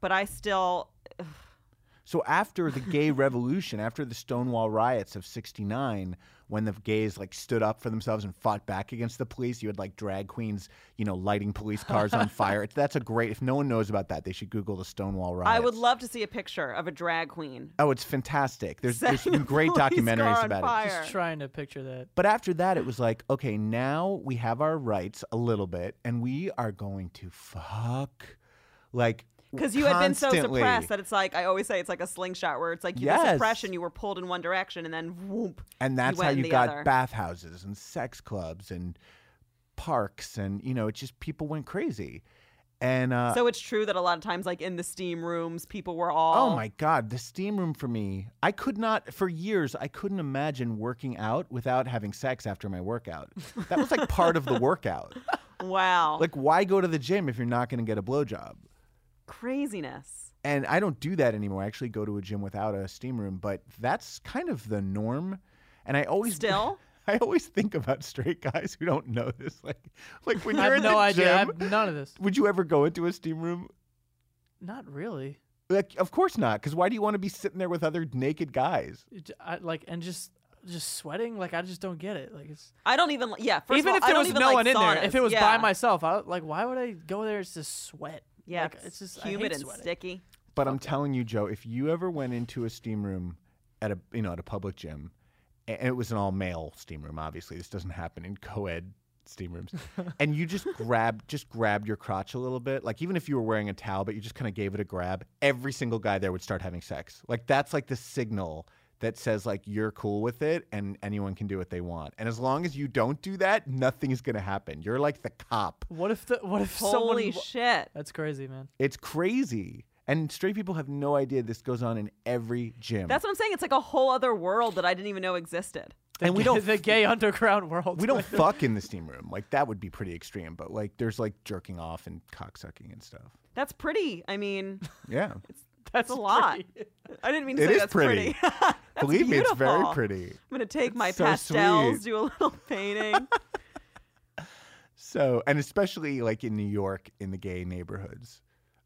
Speaker 2: but I still
Speaker 4: So after the gay revolution, after the Stonewall riots of 69, when the gays like stood up for themselves and fought back against the police, you had like drag queens, you know, lighting police cars on fire. It's- That's a great. If no one knows about that, they should Google the Stonewall riots.
Speaker 2: I would love to see a picture of a drag queen.
Speaker 4: Oh, it's fantastic. There's, there's
Speaker 2: setting a
Speaker 4: been great
Speaker 2: police
Speaker 4: documentaries
Speaker 2: car on
Speaker 4: about it.
Speaker 2: fire.
Speaker 3: Just trying to picture that.
Speaker 4: But after that, it was like, okay, now we have our rights a little bit, and we are going to fuck, like,
Speaker 2: Because you had been so
Speaker 4: constantly.
Speaker 2: suppressed that it's like I always say it's like a slingshot where it's like you
Speaker 4: Yes.
Speaker 2: were suppression, you were pulled in one direction and then whoop.
Speaker 4: and that's how
Speaker 2: went in
Speaker 4: you
Speaker 2: the
Speaker 4: got
Speaker 2: other.
Speaker 4: bathhouses and sex clubs and parks and you know it just people went crazy and uh,
Speaker 2: So it's true that a lot of times like in the steam rooms, people were all
Speaker 4: oh my god the steam room for me i could not for years i couldn't imagine working out without having sex after my workout that was like part of the workout
Speaker 2: wow.
Speaker 4: like why go to the gym if you're not going to get a blowjob
Speaker 2: craziness.
Speaker 4: and I don't do that anymore. I actually go to a gym without a steam room, but that's kind of the norm. And I always
Speaker 2: Still?
Speaker 4: I always think about straight guys who don't know this. Like, like when
Speaker 3: I
Speaker 4: you're
Speaker 3: have no
Speaker 4: in the
Speaker 3: idea. I
Speaker 4: gym,
Speaker 3: have none of this.
Speaker 4: would you ever go into a steam room?
Speaker 3: Not really.
Speaker 4: Like, of course not. Because why do you want to be sitting there with other naked guys?
Speaker 3: It j- I, like and just just sweating. Like I just don't get it. Like it's
Speaker 2: I don't even li- yeah. First of
Speaker 3: even
Speaker 2: all,
Speaker 3: if
Speaker 2: I
Speaker 3: there
Speaker 2: don't
Speaker 3: was
Speaker 2: even
Speaker 3: no
Speaker 2: like
Speaker 3: one in there,
Speaker 2: saunas.
Speaker 3: if it was by
Speaker 2: Yeah.
Speaker 3: myself, I, like why would I go there? It's just sweat.
Speaker 2: yeah,
Speaker 3: Like,
Speaker 2: it's
Speaker 3: it's just I
Speaker 2: humid
Speaker 3: hate
Speaker 2: and
Speaker 3: sweating.
Speaker 2: sticky.
Speaker 4: But I'm telling you, Joe, if you ever went into a steam room at a you know at a public gym, and it was an all male steam room, obviously this doesn't happen in co-ed steam rooms, and you just grabbed just grabbed your crotch a little bit, like even if you were wearing a towel, but you just kind of gave it a grab, every single guy there would start having sex. Like that's like the signal that says like you're cool with it and anyone can do what they want. And as long as you don't do that, nothing is going to happen. You're like the cop.
Speaker 3: What if the what if someone?
Speaker 2: Holy
Speaker 3: wa-
Speaker 2: shit!
Speaker 3: That's crazy, man.
Speaker 4: It's crazy. And straight people have no idea this goes on in every gym.
Speaker 2: That's what I'm saying. It's like a whole other world that I didn't even know existed.
Speaker 3: The
Speaker 4: And we
Speaker 3: gay-
Speaker 4: don't
Speaker 3: the gay underground world.
Speaker 4: we don't fuck in the steam room. Like that would be pretty extreme, but like there's like jerking off and cocksucking and stuff.
Speaker 2: That's pretty. I mean,
Speaker 4: Yeah.
Speaker 3: That's
Speaker 2: it's a lot.
Speaker 3: pretty.
Speaker 2: I didn't mean to
Speaker 4: It
Speaker 2: say
Speaker 4: is
Speaker 2: that's
Speaker 4: pretty.
Speaker 2: pretty. That's
Speaker 4: Believe me, it's very
Speaker 2: beautiful.
Speaker 4: pretty.
Speaker 2: I'm gonna take my
Speaker 4: so
Speaker 2: pastels,
Speaker 4: sweet.
Speaker 2: do a little painting.
Speaker 4: So, and especially like in New York in the gay neighborhoods,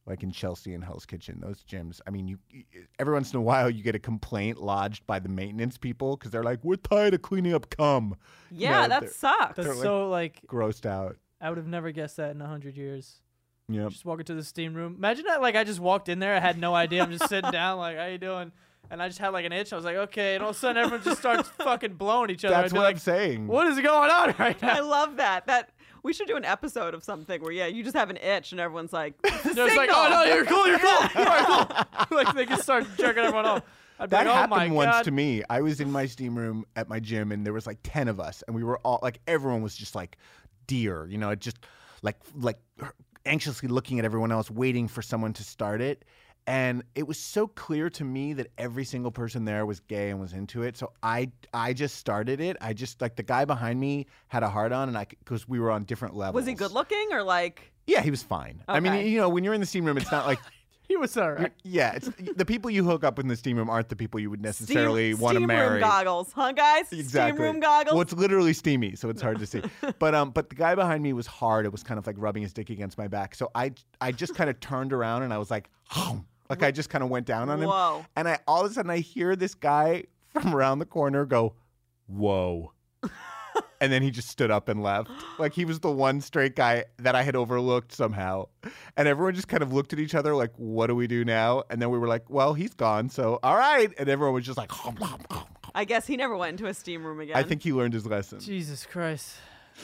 Speaker 4: like in Chelsea and Hell's Kitchen, those gyms. I mean, you, you every once in a while you get a complaint lodged by the maintenance people cuz they're like, "We're tired of cleaning up cum." You
Speaker 2: yeah,
Speaker 4: know,
Speaker 2: that
Speaker 4: they're
Speaker 2: sucks.
Speaker 3: That's
Speaker 4: They're like-
Speaker 3: so like
Speaker 4: grossed out.
Speaker 3: I would have never guessed that in a hundred years.
Speaker 4: Yep.
Speaker 3: Just walk into the steam room. Imagine that like I just walked in there, I had no idea. I'm just sitting down, like, how you doing? And I just had like an itch. I was like, okay, and all of a sudden everyone just starts fucking blowing each other.
Speaker 4: That's
Speaker 3: I'd be
Speaker 4: what
Speaker 3: like,
Speaker 4: I'm saying.
Speaker 3: What is going on right
Speaker 2: I
Speaker 3: now?
Speaker 2: love that. That we should do an episode of something where yeah, you just have an itch and everyone's like,
Speaker 3: And They're just like, oh no, you're cool, you're cool, you're cool. like they just start jerking everyone off. I'd be like,
Speaker 4: That
Speaker 3: oh my
Speaker 4: happened once
Speaker 3: God.
Speaker 4: to me. I was in my steam room at my gym, and there was like ten of us, and we were all like, everyone was just like deer, you know, it just like like anxiously looking at everyone else, waiting for someone to start it. And it was so clear to me that every single person there was gay and was into it. So I I just started it. I just like the guy behind me had a hard on, and I because we were on different levels.
Speaker 2: was he good looking or like?
Speaker 4: Yeah, he was fine. I mean,
Speaker 2: Okay.
Speaker 4: you know, when you're in the steam room, it's not like.
Speaker 3: He was alright.
Speaker 4: Yeah, it's the people you hook up with in the steam room aren't the people you would necessarily
Speaker 2: steam,
Speaker 4: want to
Speaker 2: steam
Speaker 4: marry.
Speaker 2: room goggles, huh, guys?
Speaker 4: Exactly.
Speaker 2: Steam room goggles.
Speaker 4: Well, it's literally steamy, so it's hard to see. But um, but the guy behind me was hard. It was kind of like rubbing his dick against my back. So I I just kind of turned around and I was like, "Hum." like I just kind of went down on him.
Speaker 2: Whoa.
Speaker 4: And I all of a sudden I hear this guy from around the corner go, "Whoa." and then he just stood up and left. Like he was the one straight guy that I had overlooked somehow. And everyone just kind of looked at each other like, what do we do now? And then we were like, well, he's gone, so all right. And everyone was just like, "Hum, hum, hum."
Speaker 2: I guess he never went into a steam room again.
Speaker 4: I think he learned his lesson.
Speaker 3: Jesus Christ.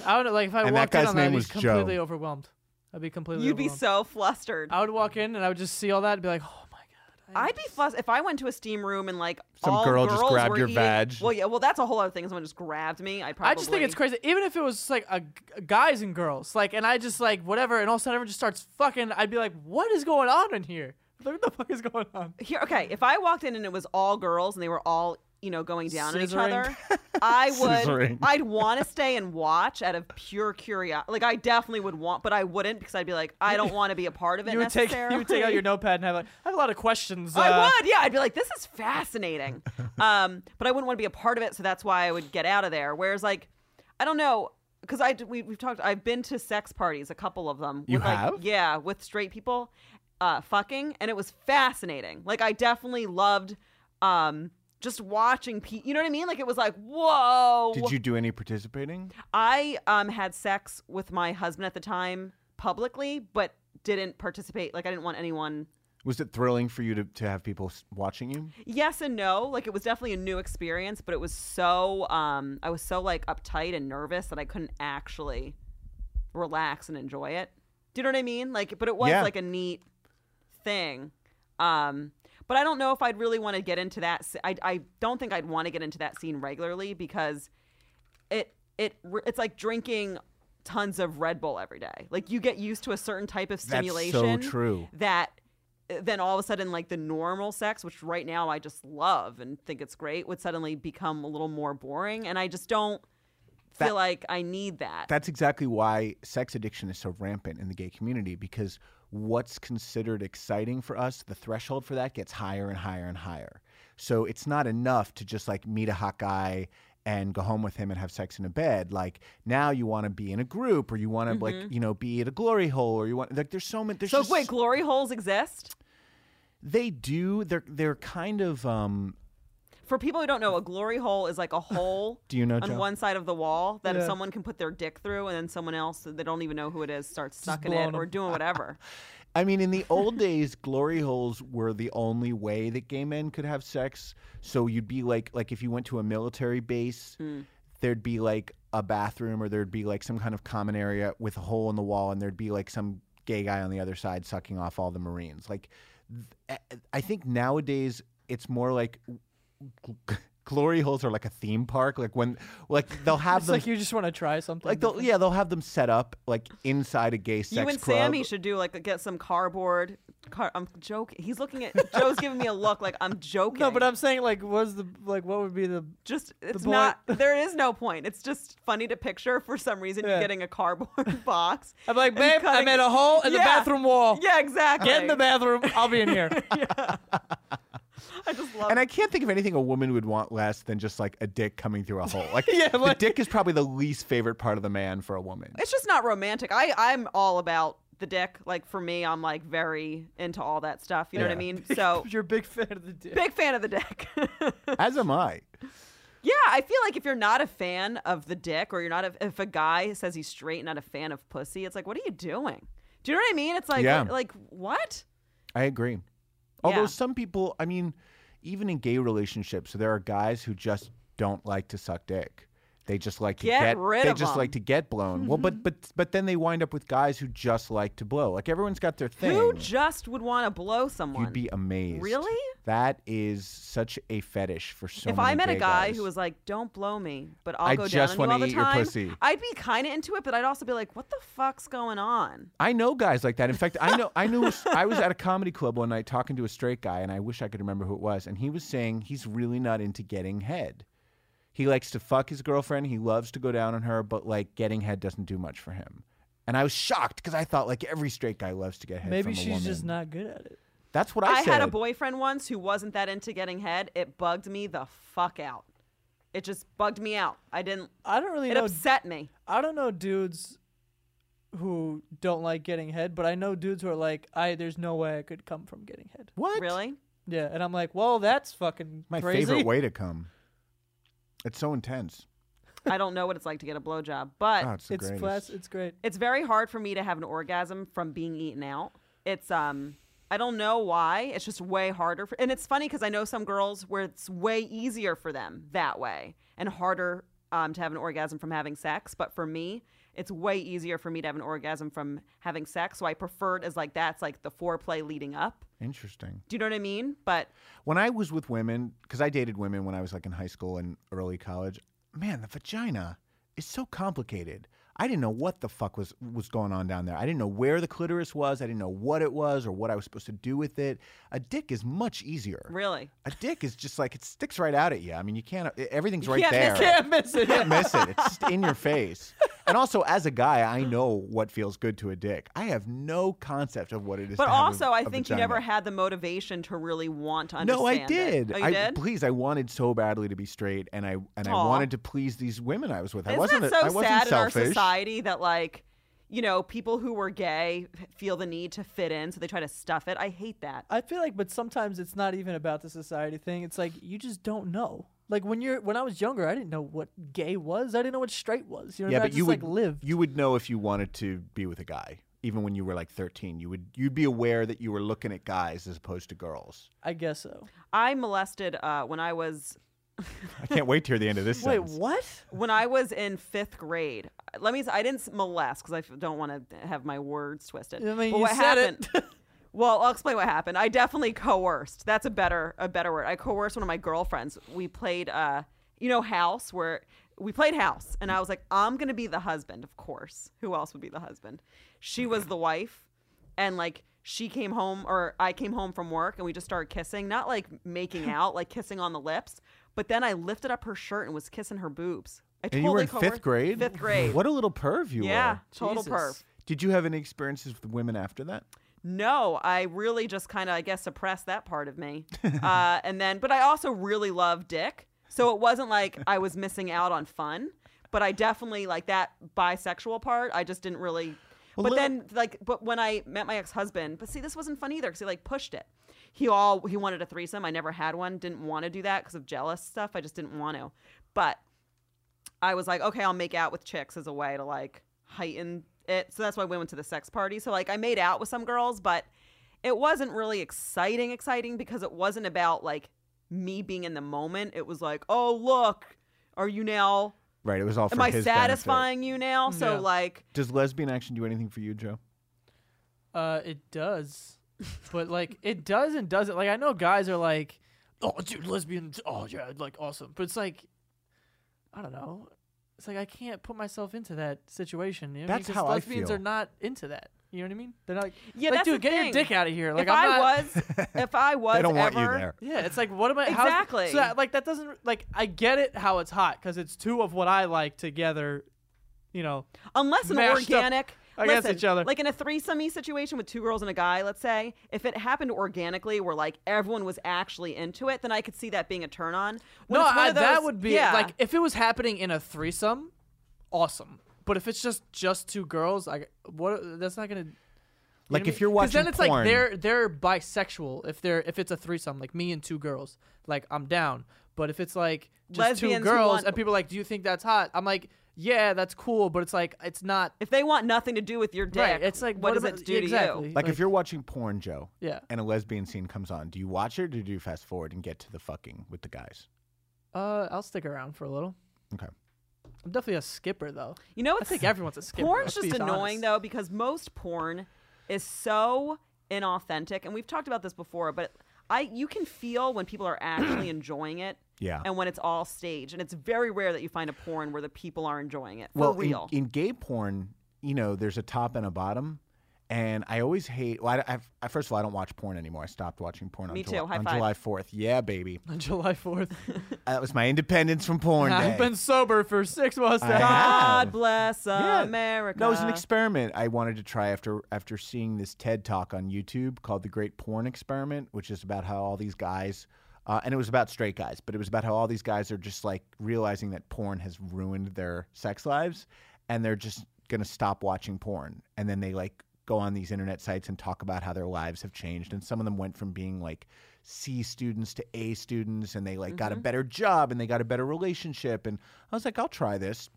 Speaker 3: I don't know. Like if I
Speaker 4: And that
Speaker 3: walked in
Speaker 4: guy's
Speaker 3: on that,
Speaker 4: name
Speaker 3: I'd be
Speaker 4: was Joe.
Speaker 3: completely overwhelmed. I'd be completely.
Speaker 2: you'd be
Speaker 3: overwhelmed.
Speaker 2: so flustered.
Speaker 3: I would walk in and I would just see all that and be like, oh my god. I-
Speaker 2: I'd be flustered if I went to a steam room and like
Speaker 4: Some
Speaker 2: all
Speaker 4: girl just
Speaker 2: girls
Speaker 4: grabbed
Speaker 2: were
Speaker 4: your
Speaker 2: eating-
Speaker 4: vag.
Speaker 2: Well, yeah, well that's a whole other thing. Someone just grabbed me. I probably.
Speaker 3: I just think it's crazy. Even if it was just like a, g- guys and girls, like, and I just like whatever, and all of a sudden everyone just starts fucking. I'd be like, what is going on in here? Like, what the fuck is going on?
Speaker 2: Here, okay, if I walked in and it was all girls and they were all you know going down on each
Speaker 3: Scissoring.
Speaker 2: other, I would.
Speaker 4: Scissoring.
Speaker 2: I'd want to stay and watch out of pure curiosity. Like I definitely would want, but I wouldn't because I'd be like, I don't want to be a part of it
Speaker 3: You would take
Speaker 2: necessarily.
Speaker 3: you would take out your notepad and have like, I have a lot of questions. uh,
Speaker 2: I would, yeah. I'd be like, this is fascinating. Um, but I wouldn't want to be a part of it, so that's why I would get out of there. Whereas, like, I don't know, because I d- we, we've talked. I've been to sex parties, a couple of them.
Speaker 4: You
Speaker 2: with, like,
Speaker 4: have?
Speaker 2: yeah, with straight people, uh, fucking, and it was fascinating. Like, I definitely loved, um, just watching. Pe- you know what I mean? Like, it was like, whoa.
Speaker 4: Did you do any participating?
Speaker 2: I um had sex with my husband at the time publicly, but didn't participate. Like, I didn't want anyone
Speaker 4: Was it thrilling for you to, to have people s- watching you?
Speaker 2: yes and no like it was definitely a new experience but it was so um i was so like uptight and nervous that i couldn't actually relax and enjoy it do you know what i mean like but it was
Speaker 4: Yeah.
Speaker 2: like a neat thing um but i don't know if i'd really want to get into that sce- i, I don't think i'd want to get into that scene regularly because it it re- it's like drinking tons of red bull every day like you get used to a certain type of stimulation
Speaker 4: true.
Speaker 2: that then all of a sudden like the normal sex which right now i just love and think it's great would suddenly become a little more boring and i just don't
Speaker 4: That-
Speaker 2: feel like i need that
Speaker 4: That's exactly why sex addiction is so rampant in the gay community because what's considered exciting for us, the threshold for that gets higher and higher and higher. So it's not enough to just like meet a hot guy and go home with him and have sex in a bed. Like now you want to be in a group or you want to like, you know, be at a glory hole or you want like there's so many there's
Speaker 2: Mm-hmm. so
Speaker 4: just
Speaker 2: wait glory holes exist
Speaker 4: they do they're they're kind of um
Speaker 2: for people who don't know a glory hole is like a hole
Speaker 4: Do you know,
Speaker 2: on
Speaker 4: Joe?
Speaker 2: one side of the wall that
Speaker 3: Yeah.
Speaker 2: if someone can put their dick through and then someone else that they don't even know who it is starts sucking
Speaker 3: blowing
Speaker 2: it or
Speaker 3: them.
Speaker 2: doing whatever
Speaker 4: I mean, in the old days, glory holes were the only way that gay men could have sex. So you'd be like, like if you went to a military base, there'd be like a bathroom or there'd be like some kind of common area with a hole in the wall, and there'd be like some gay guy on the other side sucking off all the Marines. Like, th- I think nowadays it's more like. Glory holes are like a theme park. Like when, like they'll have
Speaker 3: It's
Speaker 4: them,
Speaker 3: like you just want to try something.
Speaker 4: like they'll yeah they'll have them set up like inside a gay sex
Speaker 2: you and
Speaker 4: club.
Speaker 2: sammy should do like get some cardboard car- i'm joking he's looking at joe's giving me a look like i'm joking
Speaker 3: no, but I'm saying like, what's the like, what would be the
Speaker 2: just it's
Speaker 3: point-
Speaker 2: not there is no point it's just funny to picture for some reason
Speaker 3: Yeah.
Speaker 2: you're getting a cardboard box
Speaker 3: I'm like,
Speaker 2: and
Speaker 3: babe, I
Speaker 2: cutting-
Speaker 3: made a hole in the
Speaker 2: Yeah.
Speaker 3: bathroom wall.
Speaker 2: yeah exactly
Speaker 3: Get in the bathroom. I'll be in here.
Speaker 2: i just love
Speaker 4: And I can't think of anything a woman would want less than just like a dick coming through a hole. Like,
Speaker 3: Yeah, like-
Speaker 4: the dick is probably the least favorite part of the man for a woman.
Speaker 2: it's just not romantic i i'm all about the dick like for me i'm like very into all that stuff you know what i
Speaker 4: Yeah.
Speaker 2: mean so
Speaker 3: You're a big fan of the dick.
Speaker 2: big fan of the dick
Speaker 4: As am I.
Speaker 2: yeah i feel like if you're not a fan of the dick or you're not a, if a guy says he's straight and not a fan of pussy it's like what are you doing do you know what i mean it's like
Speaker 4: Yeah.
Speaker 2: like what
Speaker 4: I agree. Although
Speaker 2: Yeah.
Speaker 4: some people, I mean, even in gay relationships, there are guys who just don't like to suck dick. They just like to
Speaker 2: Get
Speaker 4: get,
Speaker 2: rid
Speaker 4: they
Speaker 2: of
Speaker 4: just like
Speaker 2: them.
Speaker 4: to get blown. well, but but but then they wind up with guys who just like to blow. Like everyone's got their thing.
Speaker 2: who just would want to blow someone
Speaker 4: You'd be amazed.
Speaker 2: Really?
Speaker 4: That is such a fetish for so
Speaker 2: if
Speaker 4: many
Speaker 2: I met a
Speaker 4: gay
Speaker 2: guy
Speaker 4: guys.
Speaker 2: who was like, "Don't blow me, but I'll
Speaker 4: I
Speaker 2: go
Speaker 4: just
Speaker 2: down
Speaker 4: wanna
Speaker 2: on you all
Speaker 4: eat
Speaker 2: the
Speaker 4: your
Speaker 2: time,"
Speaker 4: pussy.
Speaker 2: I'd be kind of into it, but I'd also be like, "What the fuck's going on?"
Speaker 4: I know guys like that. In fact, I know I knew I was at a comedy club one night talking to a straight guy, and I wish I could remember who it was. And he was saying he's really not into getting head. He likes to fuck his girlfriend. He loves to go down on her, but like getting head doesn't do much for him. And I was shocked because I thought like every straight guy loves to get head.
Speaker 3: Maybe
Speaker 4: from a
Speaker 3: she's just
Speaker 4: woman.
Speaker 3: not good at it.
Speaker 4: That's what I,
Speaker 2: I
Speaker 4: said.
Speaker 2: had a boyfriend once who wasn't that into getting head. It bugged me the fuck out. It just bugged me out. I didn't.
Speaker 3: I don't really
Speaker 2: It
Speaker 3: know.
Speaker 2: upset me.
Speaker 3: I don't know dudes who don't like getting head, but I know dudes who are like, I there's no way I could come from getting head.
Speaker 4: What?
Speaker 2: Really?
Speaker 3: Yeah, and I'm like, well, that's fucking
Speaker 4: My
Speaker 3: crazy.
Speaker 4: favorite way to come. It's so intense.
Speaker 2: I don't know what it's like to get a blowjob, but
Speaker 4: Oh, it's the
Speaker 3: It's
Speaker 4: greatest.
Speaker 3: class. It's great.
Speaker 2: it's very hard for me to have an orgasm from being eaten out. It's um I don't know why. It's just way harder for, and it's funny because I know some girls where it's way easier for them that way and harder um, to have an orgasm from having sex. But for me, it's way easier for me to have an orgasm from having sex. So I prefer it as like that's like the foreplay leading up.
Speaker 4: Interesting.
Speaker 2: Do you know what I mean? But
Speaker 4: When I was with women, because I dated women when I was like in high school and early college, man, the vagina is so complicated. I didn't know what the fuck was was going on down there. I didn't know where the clitoris was. I didn't know what it was or what I was supposed to do with it. A dick is much easier.
Speaker 2: really,
Speaker 4: A dick is just like it sticks right out at you. I mean, you can't. e, Everything's right
Speaker 2: can't
Speaker 4: there.
Speaker 2: miss
Speaker 3: Can't miss it.
Speaker 4: can't miss it. It's just in your face. And also, as a guy, I know what feels good to a dick. I have no concept of what it is.
Speaker 2: but
Speaker 4: to have a-
Speaker 2: also I
Speaker 4: a
Speaker 2: think you
Speaker 4: vagina.
Speaker 2: never had the motivation to really want to understand.
Speaker 4: No, I
Speaker 2: it.
Speaker 4: did.
Speaker 2: Oh, you
Speaker 4: I
Speaker 2: did.
Speaker 4: please, I wanted so badly to be straight, and I and I
Speaker 2: Aw.
Speaker 4: wanted to please these women I was with. I
Speaker 2: Isn't
Speaker 4: wasn't.
Speaker 2: that
Speaker 4: a-
Speaker 2: so
Speaker 4: I wasn't
Speaker 2: sad
Speaker 4: selfish.
Speaker 2: in our society that like, you know, people who were gay feel the need to fit in, so they try to stuff it. I hate that.
Speaker 3: I feel like, but sometimes it's not even about the society thing. It's like you just don't know. Like when you're when I was younger, I didn't know what gay was. I didn't know what straight was. You know,
Speaker 4: Yeah,
Speaker 3: what I mean? I
Speaker 4: but
Speaker 3: just
Speaker 4: you
Speaker 3: like
Speaker 4: would
Speaker 3: live.
Speaker 4: You would know if you wanted to be with a guy, even when you were like thirteen. You would. You'd be aware that you were looking at guys as opposed to girls.
Speaker 3: I guess so.
Speaker 2: I molested uh, when I was
Speaker 4: I can't wait to hear the end of this.
Speaker 3: Wait,
Speaker 4: sentence.
Speaker 3: what?
Speaker 2: when I was in fifth grade. Let me. I didn't s- molest because I f- don't want to have my words twisted.
Speaker 3: I mean,
Speaker 2: But
Speaker 3: you
Speaker 2: what
Speaker 3: said
Speaker 2: happened?
Speaker 3: it.
Speaker 2: Well, I'll explain what happened. I definitely coerced. That's a better a better word. I coerced one of my girlfriends. We played uh you know house where we played house and I was like I'm going to be the husband, of course. Who else would be the husband? She was the wife and like she came home or I came home from work and we just started kissing, not like making out, like kissing on the lips, but then I lifted up her shirt and was kissing her boobs. I
Speaker 4: And
Speaker 2: totally
Speaker 4: you were in
Speaker 2: coerced-
Speaker 4: fifth grade.
Speaker 2: Fifth grade.
Speaker 4: What a little perv you
Speaker 2: yeah,
Speaker 4: were.
Speaker 2: total
Speaker 3: Jesus.
Speaker 2: perv.
Speaker 4: Did you have any experiences with women after that?
Speaker 2: No, I really just kind of, I guess, suppressed that part of me. uh, and then, but I also really love dick. So it wasn't like I was missing out on fun, but I definitely like that bisexual part. I just didn't really. but
Speaker 4: little-
Speaker 2: then, like, but when I met my ex husband, but see, this wasn't fun either because he like pushed it. He all he wanted a threesome. I never had one. Didn't want to do that because of jealous stuff. I just didn't want to. But I was like, okay, I'll make out with chicks as a way to like heighten it. So that's why we went to the sex party. So like I made out with some girls, but it wasn't really exciting, exciting because it wasn't about like me being in the moment. It was like, oh look, are you now?
Speaker 4: Right. It was all for
Speaker 2: Am I
Speaker 4: his
Speaker 2: satisfying you now? So
Speaker 3: Yeah.
Speaker 2: like,
Speaker 4: Benefit. Does lesbian action do anything for you, Joe?
Speaker 3: Uh, it does, but like it does and doesn't. Like I know guys are like, oh, dude, lesbians. Oh yeah, like awesome. But it's like, I don't know. It's like I can't put myself into that situation. You know what
Speaker 4: That's
Speaker 3: I mean? 'Cause
Speaker 4: how I
Speaker 3: lesbians
Speaker 4: feel.
Speaker 3: are not into that. You know what I mean? They're like,
Speaker 2: Yeah,
Speaker 3: like,
Speaker 2: that's
Speaker 3: dude,
Speaker 2: the
Speaker 3: get your
Speaker 2: thing.
Speaker 3: dick out of here. Like
Speaker 2: if
Speaker 3: I'm
Speaker 2: I
Speaker 3: not-
Speaker 2: was, if I was,
Speaker 4: they don't want you
Speaker 2: ever-
Speaker 4: there.
Speaker 3: Yeah, it's like what am I how's-
Speaker 2: Exactly.
Speaker 3: So that, like that doesn't like I get it how it's hot because it's two of what I like together, you know.
Speaker 2: unless an
Speaker 3: mashed up
Speaker 2: organic
Speaker 3: against
Speaker 2: listen,
Speaker 3: each other.
Speaker 2: like in a threesome situation with two girls and a guy let's say if it happened organically where like everyone was actually into it then i could see that being a turn on When
Speaker 3: no,
Speaker 2: it's one
Speaker 3: I,
Speaker 2: of those-
Speaker 3: that would be
Speaker 2: yeah.
Speaker 3: like if it was happening in a threesome, awesome. But if it's just just two girls, I what that's not gonna. you know
Speaker 4: Like
Speaker 3: what I
Speaker 4: if you're
Speaker 3: mean? 'Cause
Speaker 4: watching
Speaker 3: then it's
Speaker 4: porn,
Speaker 3: like they're they're bisexual. If they're if it's a threesome, like me and two girls, like I'm down. But if it's like just
Speaker 2: Lesbians
Speaker 3: two
Speaker 2: who
Speaker 3: girls
Speaker 2: want-
Speaker 3: and people are like, do you think that's hot? I'm like, yeah, that's cool. But it's like it's not.
Speaker 2: if they want nothing to do with your dick
Speaker 3: Right, it's like
Speaker 2: what, does
Speaker 3: about,
Speaker 2: it do
Speaker 3: exactly.
Speaker 2: to you
Speaker 4: like, if you're watching porn, Joe,
Speaker 3: Yeah.
Speaker 4: and a lesbian scene comes on, do you watch it or do you fast forward and get to the fucking with the guys?
Speaker 3: Uh, I'll stick around for a little.
Speaker 4: Okay.
Speaker 3: I'm definitely a skipper though.
Speaker 2: you know
Speaker 3: I
Speaker 2: what's
Speaker 3: think everyone's a skipper.
Speaker 2: porn's
Speaker 3: let's be
Speaker 2: just annoying
Speaker 3: honest.
Speaker 2: though because most porn is so inauthentic and we've talked about this before but i you can feel when people are actually enjoying it
Speaker 4: Yeah.
Speaker 2: and when it's all staged and it's very rare that you find a porn where the people are enjoying it for
Speaker 4: well, in-
Speaker 2: real
Speaker 4: In, gay porn, you know, there's a top and a bottom. And I always hate. Well, I, I, I- first of all, I don't watch porn anymore. I stopped watching porn on,
Speaker 2: Me
Speaker 4: Jul-
Speaker 2: too. High
Speaker 4: on
Speaker 2: five.
Speaker 4: July 4th. Yeah, baby.
Speaker 3: On July 4th.
Speaker 4: That was my independence from porn. day.
Speaker 3: I've been sober for six months
Speaker 4: I
Speaker 3: now.
Speaker 2: God
Speaker 4: have.
Speaker 2: bless
Speaker 4: Yeah.
Speaker 2: America.
Speaker 4: That was an experiment I wanted to try after after seeing this TED talk on YouTube called "The Great Porn Experiment," which is about how all these guys, uh, and it was about straight guys, but it was about how all these guys are just like realizing that porn has ruined their sex lives, and they're just gonna stop watching porn, and then they like go on these internet sites and talk about how their lives have changed, and some of them went from being like C students to A students, and they like got a better job and they got a better relationship. And I was like, I'll try this.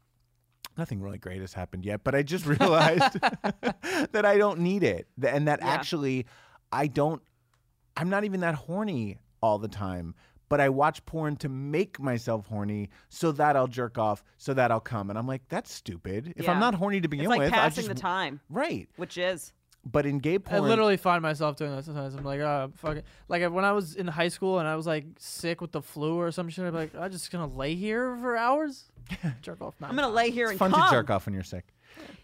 Speaker 4: Nothing really great has happened yet, but I just realized that I don't need it, Th- and that
Speaker 2: Yeah.
Speaker 4: actually, I don't. I'm not even that horny all the time, but I watch porn to make myself horny so that I'll jerk off, so that I'll come. And I'm like, that's stupid. If I'm
Speaker 2: Yeah.
Speaker 4: not horny to begin
Speaker 2: It's like
Speaker 4: with, I
Speaker 2: passing
Speaker 4: just
Speaker 2: the time,
Speaker 4: right.
Speaker 2: which is
Speaker 4: But in gay
Speaker 3: I
Speaker 4: porn,
Speaker 3: literally find myself doing that sometimes. I'm like, oh, fuck it. Like when I was in high school and I was like sick with the flu or some shit, I'd be like, I'm just gonna lay here for hours, jerk off. Now.
Speaker 2: I'm gonna lay here and
Speaker 4: it's fun
Speaker 2: come.
Speaker 4: to jerk off when you're sick.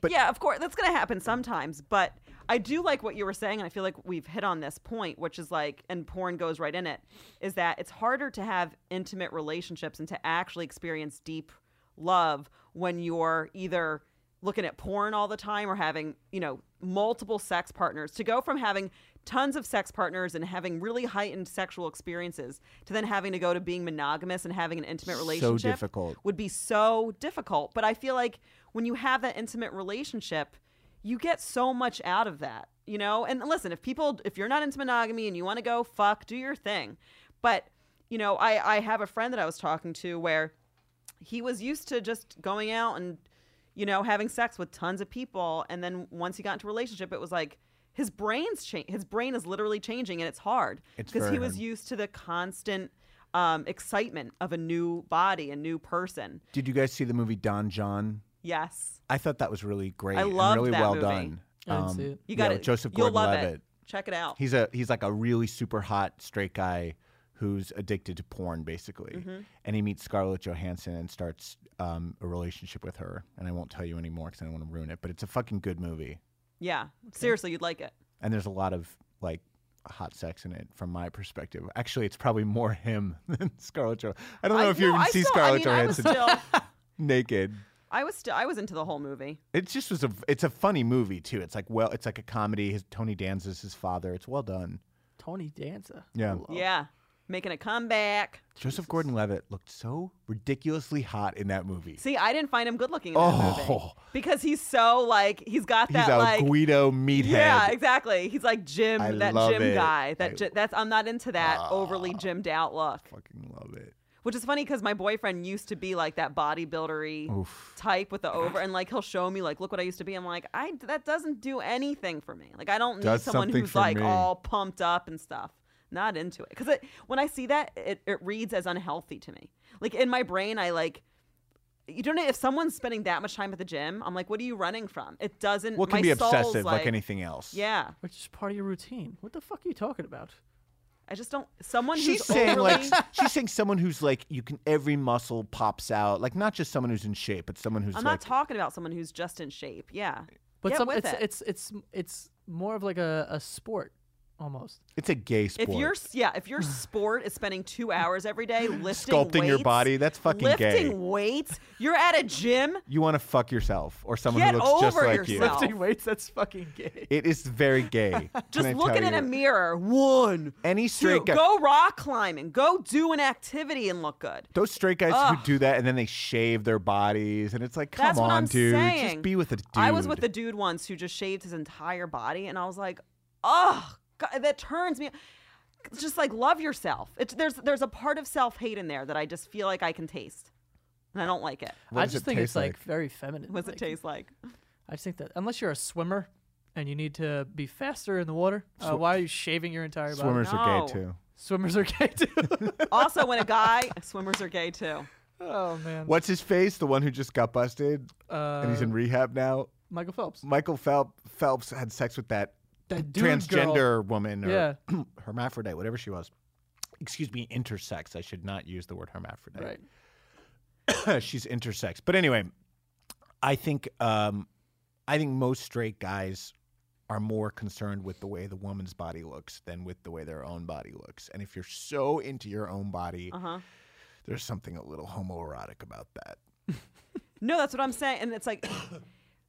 Speaker 4: But
Speaker 2: yeah, of course, that's going to happen sometimes. But I do like what you were saying, and I feel like we've hit on this point, which is like, and porn goes right in it, is that it's harder to have intimate relationships and to actually experience deep love when you're either looking at porn all the time or having, you know, multiple sex partners. To go from having tons of sex partners and having really heightened sexual experiences to then having to go to being monogamous and having an intimate
Speaker 4: So
Speaker 2: relationship
Speaker 4: difficult.
Speaker 2: would be so difficult. But I feel like when you have that intimate relationship, you get so much out of that, you know? And listen, if people, if you're not into monogamy and you want to go fuck, do your thing. But, you know, I, I have a friend that I was talking to where he was used to just going out and, you know, having sex with tons of people. And then once he got into a relationship, it was like, his brain's change. His brain is literally changing, and it's hard
Speaker 4: It's
Speaker 2: because
Speaker 4: very
Speaker 2: he was
Speaker 4: hard.
Speaker 2: used to the constant um, excitement of a new body, a new person.
Speaker 4: did you guys see the movie Don John?
Speaker 2: Yes.
Speaker 4: I thought that was really great.
Speaker 2: I
Speaker 4: and
Speaker 2: loved
Speaker 4: really
Speaker 2: that
Speaker 4: well
Speaker 2: movie.
Speaker 4: done.
Speaker 3: I
Speaker 4: Um,
Speaker 3: didn't see it.
Speaker 2: You
Speaker 4: yeah,
Speaker 2: got
Speaker 4: with
Speaker 2: it.
Speaker 4: Joseph
Speaker 2: You'll love
Speaker 4: Gordon-Levitt.
Speaker 2: it. Check it out.
Speaker 4: He's a he's like a really super hot straight guy who's addicted to porn basically,
Speaker 2: Mm-hmm.
Speaker 4: and he meets Scarlett Johansson and starts um, a relationship with her. And I won't tell you anymore because I don't want to ruin it. But it's a fucking good movie,
Speaker 2: yeah. Seriously, you'd like it.
Speaker 4: and there's a lot of like hot sex in it from my perspective. Actually, it's probably more him than Scarlett Johansson. I don't know if you
Speaker 2: no,
Speaker 4: even
Speaker 2: I
Speaker 4: see
Speaker 2: still-
Speaker 4: Scarlett
Speaker 2: I mean,
Speaker 4: Johansson
Speaker 2: I was still,
Speaker 4: naked.
Speaker 2: I was still, I was into the whole movie.
Speaker 4: It just was a it's a funny movie too. It's like well, it's like a comedy. His Tony Danza's his father. It's well done.
Speaker 3: Tony Danza.
Speaker 4: Yeah.
Speaker 3: Hello.
Speaker 2: Yeah. Making a comeback.
Speaker 4: Joseph Gordon-Levitt looked so ridiculously hot in that movie.
Speaker 2: See, I didn't find him good looking in that movie
Speaker 4: Oh.
Speaker 2: because he's so like he's got
Speaker 4: He's
Speaker 2: that
Speaker 4: a
Speaker 2: like
Speaker 4: Guido meathead.
Speaker 2: yeah exactly. He's like Jim,
Speaker 4: I
Speaker 2: that
Speaker 4: love
Speaker 2: Jim
Speaker 4: it.
Speaker 2: guy. That
Speaker 4: I- Ah.
Speaker 2: Ji- that's I'm not into that overly Jimmed out look.
Speaker 4: Fucking love it.
Speaker 2: Which is funny because my boyfriend used to be like that bodybuildery type with the over, and like he'll show me like, look what I used to be. I'm like, I that doesn't do anything for me. Like I don't need
Speaker 4: Does
Speaker 2: someone
Speaker 4: something
Speaker 2: who's
Speaker 4: for
Speaker 2: like
Speaker 4: me.
Speaker 2: all pumped up and stuff. Not into it because it, when I see that, it, it reads as unhealthy to me. Like in my brain, I like. You don't know if someone's spending that much time at the gym. I'm like, what are you running from? It doesn't.
Speaker 4: What can
Speaker 2: my
Speaker 4: be
Speaker 2: soul's
Speaker 4: obsessive like,
Speaker 2: like
Speaker 4: anything else?
Speaker 2: Yeah,
Speaker 3: Which is part of your routine. What the fuck are you talking about?
Speaker 2: I just don't. Someone
Speaker 4: She's
Speaker 2: who's
Speaker 4: saying
Speaker 2: overly,
Speaker 4: like she's saying someone who's like you can every muscle pops out like not just someone who's in shape but someone who's
Speaker 2: I'm
Speaker 4: like
Speaker 2: not talking about someone who's just in shape. Yeah,
Speaker 3: But
Speaker 2: Get
Speaker 3: some,
Speaker 2: with
Speaker 3: it's,
Speaker 2: it.
Speaker 3: it's it's it's more of like a, a sport almost.
Speaker 4: it's a gay sport.
Speaker 2: If your yeah, if your sport is spending two hours every day lifting,
Speaker 4: Sculpting your
Speaker 2: weights-
Speaker 4: body, that's fucking
Speaker 2: lifting
Speaker 4: gay.
Speaker 2: weights. You're at a gym.
Speaker 4: you want to fuck yourself or someone
Speaker 2: Get
Speaker 4: who looks just
Speaker 2: over
Speaker 4: like
Speaker 2: yourself.
Speaker 4: you.
Speaker 3: Lifting weights, that's fucking gay.
Speaker 4: It is very gay.
Speaker 2: Just
Speaker 4: Can I
Speaker 2: looking
Speaker 4: tell
Speaker 2: in a
Speaker 4: you?
Speaker 2: mirror. One,
Speaker 4: Any
Speaker 2: two.
Speaker 4: straight guy
Speaker 2: Go rock climbing. Go do an activity and look good.
Speaker 4: Those straight guys who do that and then they shave their bodies and it's like, come
Speaker 2: That's
Speaker 4: on,
Speaker 2: what I'm
Speaker 4: dude,
Speaker 2: saying.
Speaker 4: just be with a dude.
Speaker 2: I was with a dude once who just shaved his entire body, and I was like, oh, God, that turns me. It's just like love yourself. It's, there's there's a part of self hate in there that I just feel like I can taste, and I don't like it.
Speaker 4: What
Speaker 3: I
Speaker 4: does
Speaker 3: just
Speaker 4: it
Speaker 3: think it's
Speaker 4: taste like?
Speaker 3: like very feminine.
Speaker 2: What's
Speaker 3: like,
Speaker 2: it taste like?
Speaker 3: I just think that unless you're a swimmer and you need to be faster in the water, uh, why are you shaving your entire body?
Speaker 4: Swimmers are
Speaker 2: No.
Speaker 4: gay too.
Speaker 3: Swimmers are gay too.
Speaker 2: also, when a guy swimmers are gay too.
Speaker 3: oh man.
Speaker 4: What's his face? The one who just got busted
Speaker 3: Uh,
Speaker 4: and he's in rehab now.
Speaker 3: Michael Phelps.
Speaker 4: Michael Phelps, Phelps had sex with that,
Speaker 3: That dude
Speaker 4: transgender
Speaker 3: girl.
Speaker 4: woman or
Speaker 3: Yeah.
Speaker 4: hermaphrodite, whatever she was. Excuse me, intersex. I should not use the word hermaphrodite.
Speaker 3: Right.
Speaker 4: she's intersex. But anyway, I think um, I think most straight guys are more concerned with the way the woman's body looks than with the way their own body looks. And if you're so into your own body,
Speaker 2: Uh-huh.
Speaker 4: there's something a little homoerotic about that.
Speaker 2: No, that's what I'm saying. And it's like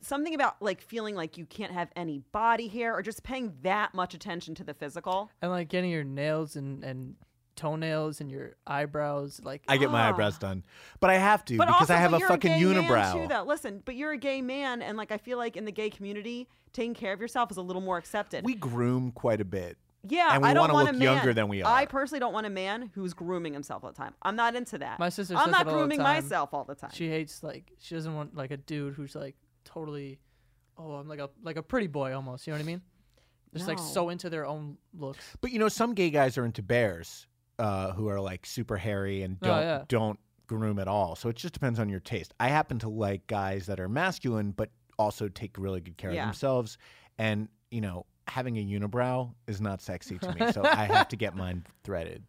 Speaker 2: something about like feeling like you can't have any body hair or just paying that much attention to the physical.
Speaker 3: And like getting your nails and, and toenails and your eyebrows, like
Speaker 4: I get my eyebrows done, but I have to
Speaker 2: Ah. But
Speaker 4: because
Speaker 2: also,
Speaker 4: I have
Speaker 2: but
Speaker 4: a
Speaker 2: you're
Speaker 4: fucking
Speaker 2: gay man,
Speaker 4: unibrow.
Speaker 2: too, though. Listen, but you're a gay man, and like I feel like in the gay community, taking care of yourself is a little more accepted.
Speaker 4: We groom quite a bit.
Speaker 2: Yeah,
Speaker 4: And we
Speaker 2: I don't
Speaker 4: wanna
Speaker 2: want a
Speaker 4: look
Speaker 2: man.
Speaker 4: younger than we
Speaker 2: I
Speaker 4: are.
Speaker 2: personally don't want a man who's grooming himself all the time. I'm not into that.
Speaker 3: My sister
Speaker 2: I'm
Speaker 3: says
Speaker 2: not
Speaker 3: it all the
Speaker 2: grooming
Speaker 3: time.
Speaker 2: myself all the time.
Speaker 3: She hates like she doesn't want like a dude who's like totally, oh I'm like a like a pretty boy almost. You know what I mean? They're Just like
Speaker 2: No.
Speaker 3: so into their own looks.
Speaker 4: But you know, some gay guys are into bears uh, who are like super hairy and
Speaker 3: Oh,
Speaker 4: don't
Speaker 3: yeah.
Speaker 4: don't groom at all. So it just depends on your taste. I happen to like guys that are masculine but also take really good care
Speaker 2: Yeah.
Speaker 4: of themselves. And you know, having a unibrow is not sexy to me, so I have to get mine threaded.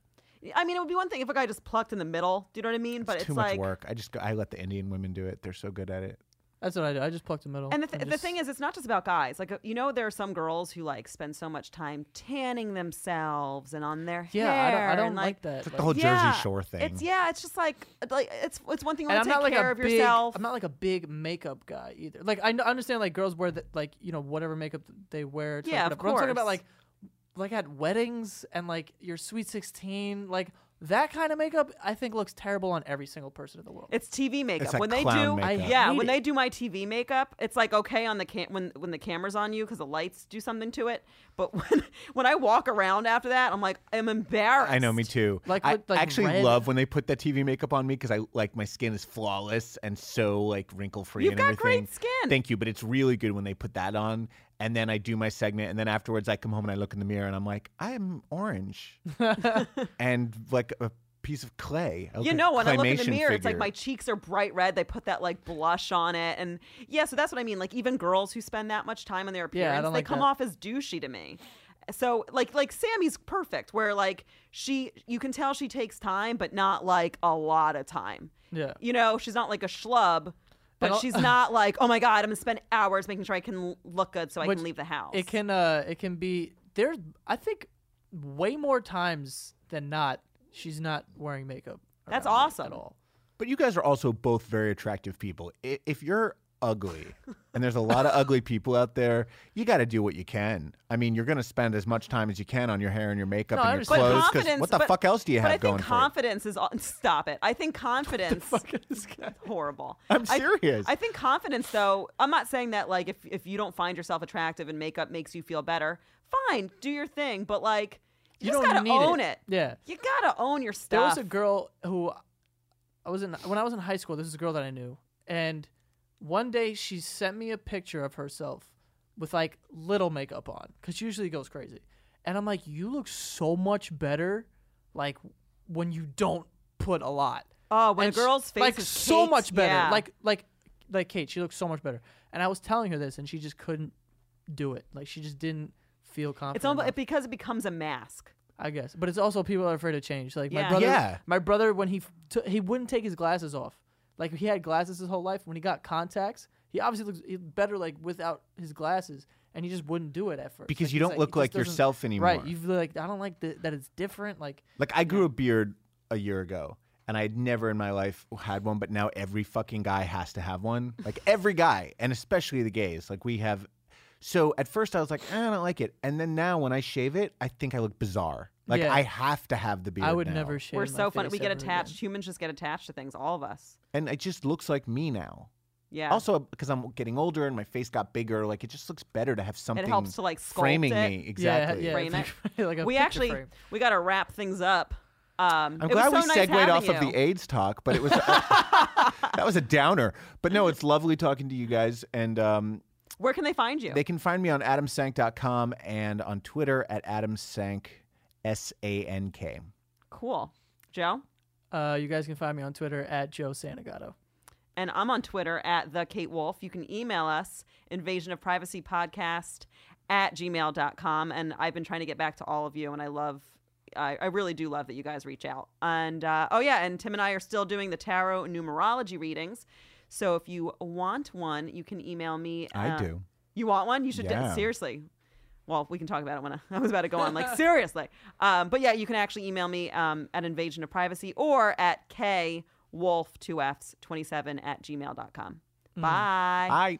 Speaker 2: I mean, it would be one thing if a guy just plucked in the middle. Do you know what I mean? but
Speaker 4: it's
Speaker 2: it's
Speaker 4: too
Speaker 2: like,
Speaker 4: much work. I just go, I let the Indian women do it. They're so good at it.
Speaker 3: That's what I do. I just plucked the middle.
Speaker 2: and the, th- the
Speaker 3: just-
Speaker 2: thing is, it's not just about guys. Like, uh, you know, there are some girls who like spend so much time tanning themselves and on their
Speaker 3: yeah,
Speaker 2: hair.
Speaker 3: I don't I don't
Speaker 2: and,
Speaker 3: like, that.
Speaker 4: It's like
Speaker 3: like-
Speaker 4: the whole
Speaker 2: Yeah,
Speaker 4: Jersey Shore thing.
Speaker 2: It's yeah, it's just like uh, like it's it's one thing
Speaker 3: and
Speaker 2: to
Speaker 3: I'm
Speaker 2: take
Speaker 3: not like
Speaker 2: care
Speaker 3: a
Speaker 2: of
Speaker 3: big.
Speaker 2: yourself.
Speaker 3: I'm not like a big makeup guy either. Like I kn- understand like girls wear that like you know whatever makeup they wear. To, like,
Speaker 2: Yeah, of
Speaker 3: whatever. But I'm talking about
Speaker 2: course.
Speaker 3: like like at weddings and like your sweet sixteen like that kind of makeup I think looks terrible on every single person in the world.
Speaker 2: It's TV makeup.
Speaker 4: like
Speaker 2: when they do,
Speaker 4: clown I makeup.
Speaker 2: yeah,
Speaker 3: hate
Speaker 2: when
Speaker 3: it.
Speaker 2: they do my TV makeup, it's like okay on the cam- when when the camera's on you because the lights do something to it. But when when I walk around after that, I'm like I'm embarrassed.
Speaker 4: I know, me too.
Speaker 3: Like
Speaker 4: I
Speaker 3: with, like,
Speaker 4: actually
Speaker 3: red-
Speaker 4: love when they put that TV makeup on me because I like my skin is flawless and so like wrinkle free.
Speaker 2: You've
Speaker 4: and
Speaker 2: got great
Speaker 4: everything.
Speaker 2: skin.
Speaker 4: Thank you, but it's really good when they put that on. And then I do my segment, and then afterwards I come home and I look in the mirror and I'm like, I am orange, and like a piece of clay. I look
Speaker 2: You
Speaker 4: like
Speaker 2: know, when I look in the
Speaker 4: claymation
Speaker 2: mirror, it's like
Speaker 4: figure.
Speaker 2: my cheeks are bright red. They put that like blush on it, and yeah, so that's what I mean. Like even girls who spend that much time on their
Speaker 3: Yeah,
Speaker 2: appearance,
Speaker 3: I
Speaker 2: they
Speaker 3: don't like
Speaker 2: come
Speaker 3: that.
Speaker 2: off as douchey to me. So like like Sammy's perfect, where like she you can tell she takes time, but not like a lot of time.
Speaker 3: Yeah.
Speaker 2: you know, she's not like a schlub. But
Speaker 3: I'll-
Speaker 2: she's not like, oh my god, I'm gonna spend hours making sure I can l- look good so I
Speaker 3: Which
Speaker 2: can leave the house.
Speaker 3: It can uh it can be there's I think way more times than not she's not wearing makeup.
Speaker 2: That's
Speaker 3: around me
Speaker 2: awesome.
Speaker 3: At all.
Speaker 4: But you guys are also both very attractive people. I- If you're ugly, and there's a lot of ugly people out there, you got to do what you can. I mean, you're going to spend as much time as you can on your hair and your makeup
Speaker 3: No, I
Speaker 4: and your
Speaker 3: understand.
Speaker 2: But
Speaker 4: clothes.
Speaker 2: confidence.
Speaker 4: what the
Speaker 2: but-
Speaker 4: fuck else do you
Speaker 2: but
Speaker 4: have
Speaker 2: I think
Speaker 4: going for
Speaker 2: confidence is on. Stop it. I think confidence. horrible.
Speaker 4: I'm
Speaker 2: I-
Speaker 4: serious.
Speaker 2: I, think confidence, though. I'm not saying that like if if you don't find yourself attractive and makeup makes you feel better, fine, do your thing. But like, you, just
Speaker 3: don't
Speaker 2: gotta
Speaker 3: need
Speaker 2: own it.
Speaker 3: Yeah.
Speaker 2: You gotta own your
Speaker 3: There
Speaker 2: stuff.
Speaker 3: was a girl who I was in when I was in high school. This is a girl that I knew, and one day she sent me a picture of herself with like little makeup on, because she usually goes crazy. And I'm like, you look so much better, like when you don't put a lot.
Speaker 2: Oh, when
Speaker 3: And
Speaker 2: a girl's
Speaker 3: she-
Speaker 2: face
Speaker 3: like
Speaker 2: is
Speaker 3: so
Speaker 2: caked,
Speaker 3: much better,
Speaker 2: yeah.
Speaker 3: like like like Kate, she looks so much better. And I was telling her this, and she just couldn't do it. Like she just didn't feel confident.
Speaker 2: it's almost
Speaker 3: enough.
Speaker 2: it, because it becomes a mask.
Speaker 3: I guess, but it's also people are afraid of change. Like
Speaker 2: Yeah.
Speaker 3: my brother,
Speaker 4: Yeah.
Speaker 3: my brother when he f- took he wouldn't take his glasses off. Like he had glasses his whole life. When he got contacts, he obviously looks he- better like without his glasses, and he just wouldn't do it at first
Speaker 4: Because
Speaker 3: Like,
Speaker 4: you
Speaker 3: he's
Speaker 4: don't
Speaker 3: like,
Speaker 4: look
Speaker 3: it just
Speaker 4: like
Speaker 3: doesn't-
Speaker 4: yourself anymore.
Speaker 3: Right? You've like I don't like th- that it's different. Like
Speaker 4: Like I grew a beard a year ago, and I had never in my life had one, but now every fucking guy has to have one. Like every guy, and especially the gays. Like we have. So at first I was like, eh, I don't like it, and then now when I shave it, I think I look bizarre. Like
Speaker 3: Yeah.
Speaker 4: I have to have the beard.
Speaker 3: I would
Speaker 4: now.
Speaker 3: never shave.
Speaker 2: We're
Speaker 3: my
Speaker 2: so funny.
Speaker 3: face
Speaker 2: We get
Speaker 3: ever again.
Speaker 2: attached. Humans just get attached to things. All of us.
Speaker 4: and it just looks like me now.
Speaker 2: Yeah.
Speaker 4: Also, because I'm getting older and my face got bigger, like it just looks better to have something.
Speaker 2: helps to, like, sculpt
Speaker 4: framing
Speaker 2: it.
Speaker 4: me
Speaker 3: Yeah,
Speaker 4: exactly.
Speaker 3: Yeah,
Speaker 2: Frame
Speaker 3: like- like a
Speaker 2: we
Speaker 3: picture
Speaker 2: actually
Speaker 3: frame.
Speaker 2: we got to wrap things up. Um,
Speaker 4: I'm
Speaker 2: it was
Speaker 4: glad
Speaker 2: so
Speaker 4: we
Speaker 2: nice
Speaker 4: segued
Speaker 2: having
Speaker 4: off of
Speaker 2: you.
Speaker 4: the AIDS talk, but it was that was a downer. But no, it's lovely talking to you guys, and um,
Speaker 2: Where can they find you?
Speaker 4: they can find me on adamsank.com and on Twitter at adamsank, S A N K.
Speaker 2: cool, Joe.
Speaker 3: Uh, you guys can find me on Twitter at Joe Santagato.
Speaker 2: and I'm on Twitter at the Kate Wolf. You can email us invasion of privacy podcast at gmail.com. And I've been trying to get back to all of you and I love I, I really do love that you guys reach out. And uh, oh yeah, and Tim and I are still doing the tarot numerology readings. So if you want one, you can email me.
Speaker 4: I
Speaker 2: uh,
Speaker 4: do.
Speaker 2: You want one? You should de-
Speaker 4: Yeah.
Speaker 2: seriously. Well, we can talk about it when I, I was about to go on. Like seriously, um, but yeah, you can actually email me um, at invasion of privacy or at k wolf two f's twenty seven at gmail.com. Bye.
Speaker 4: I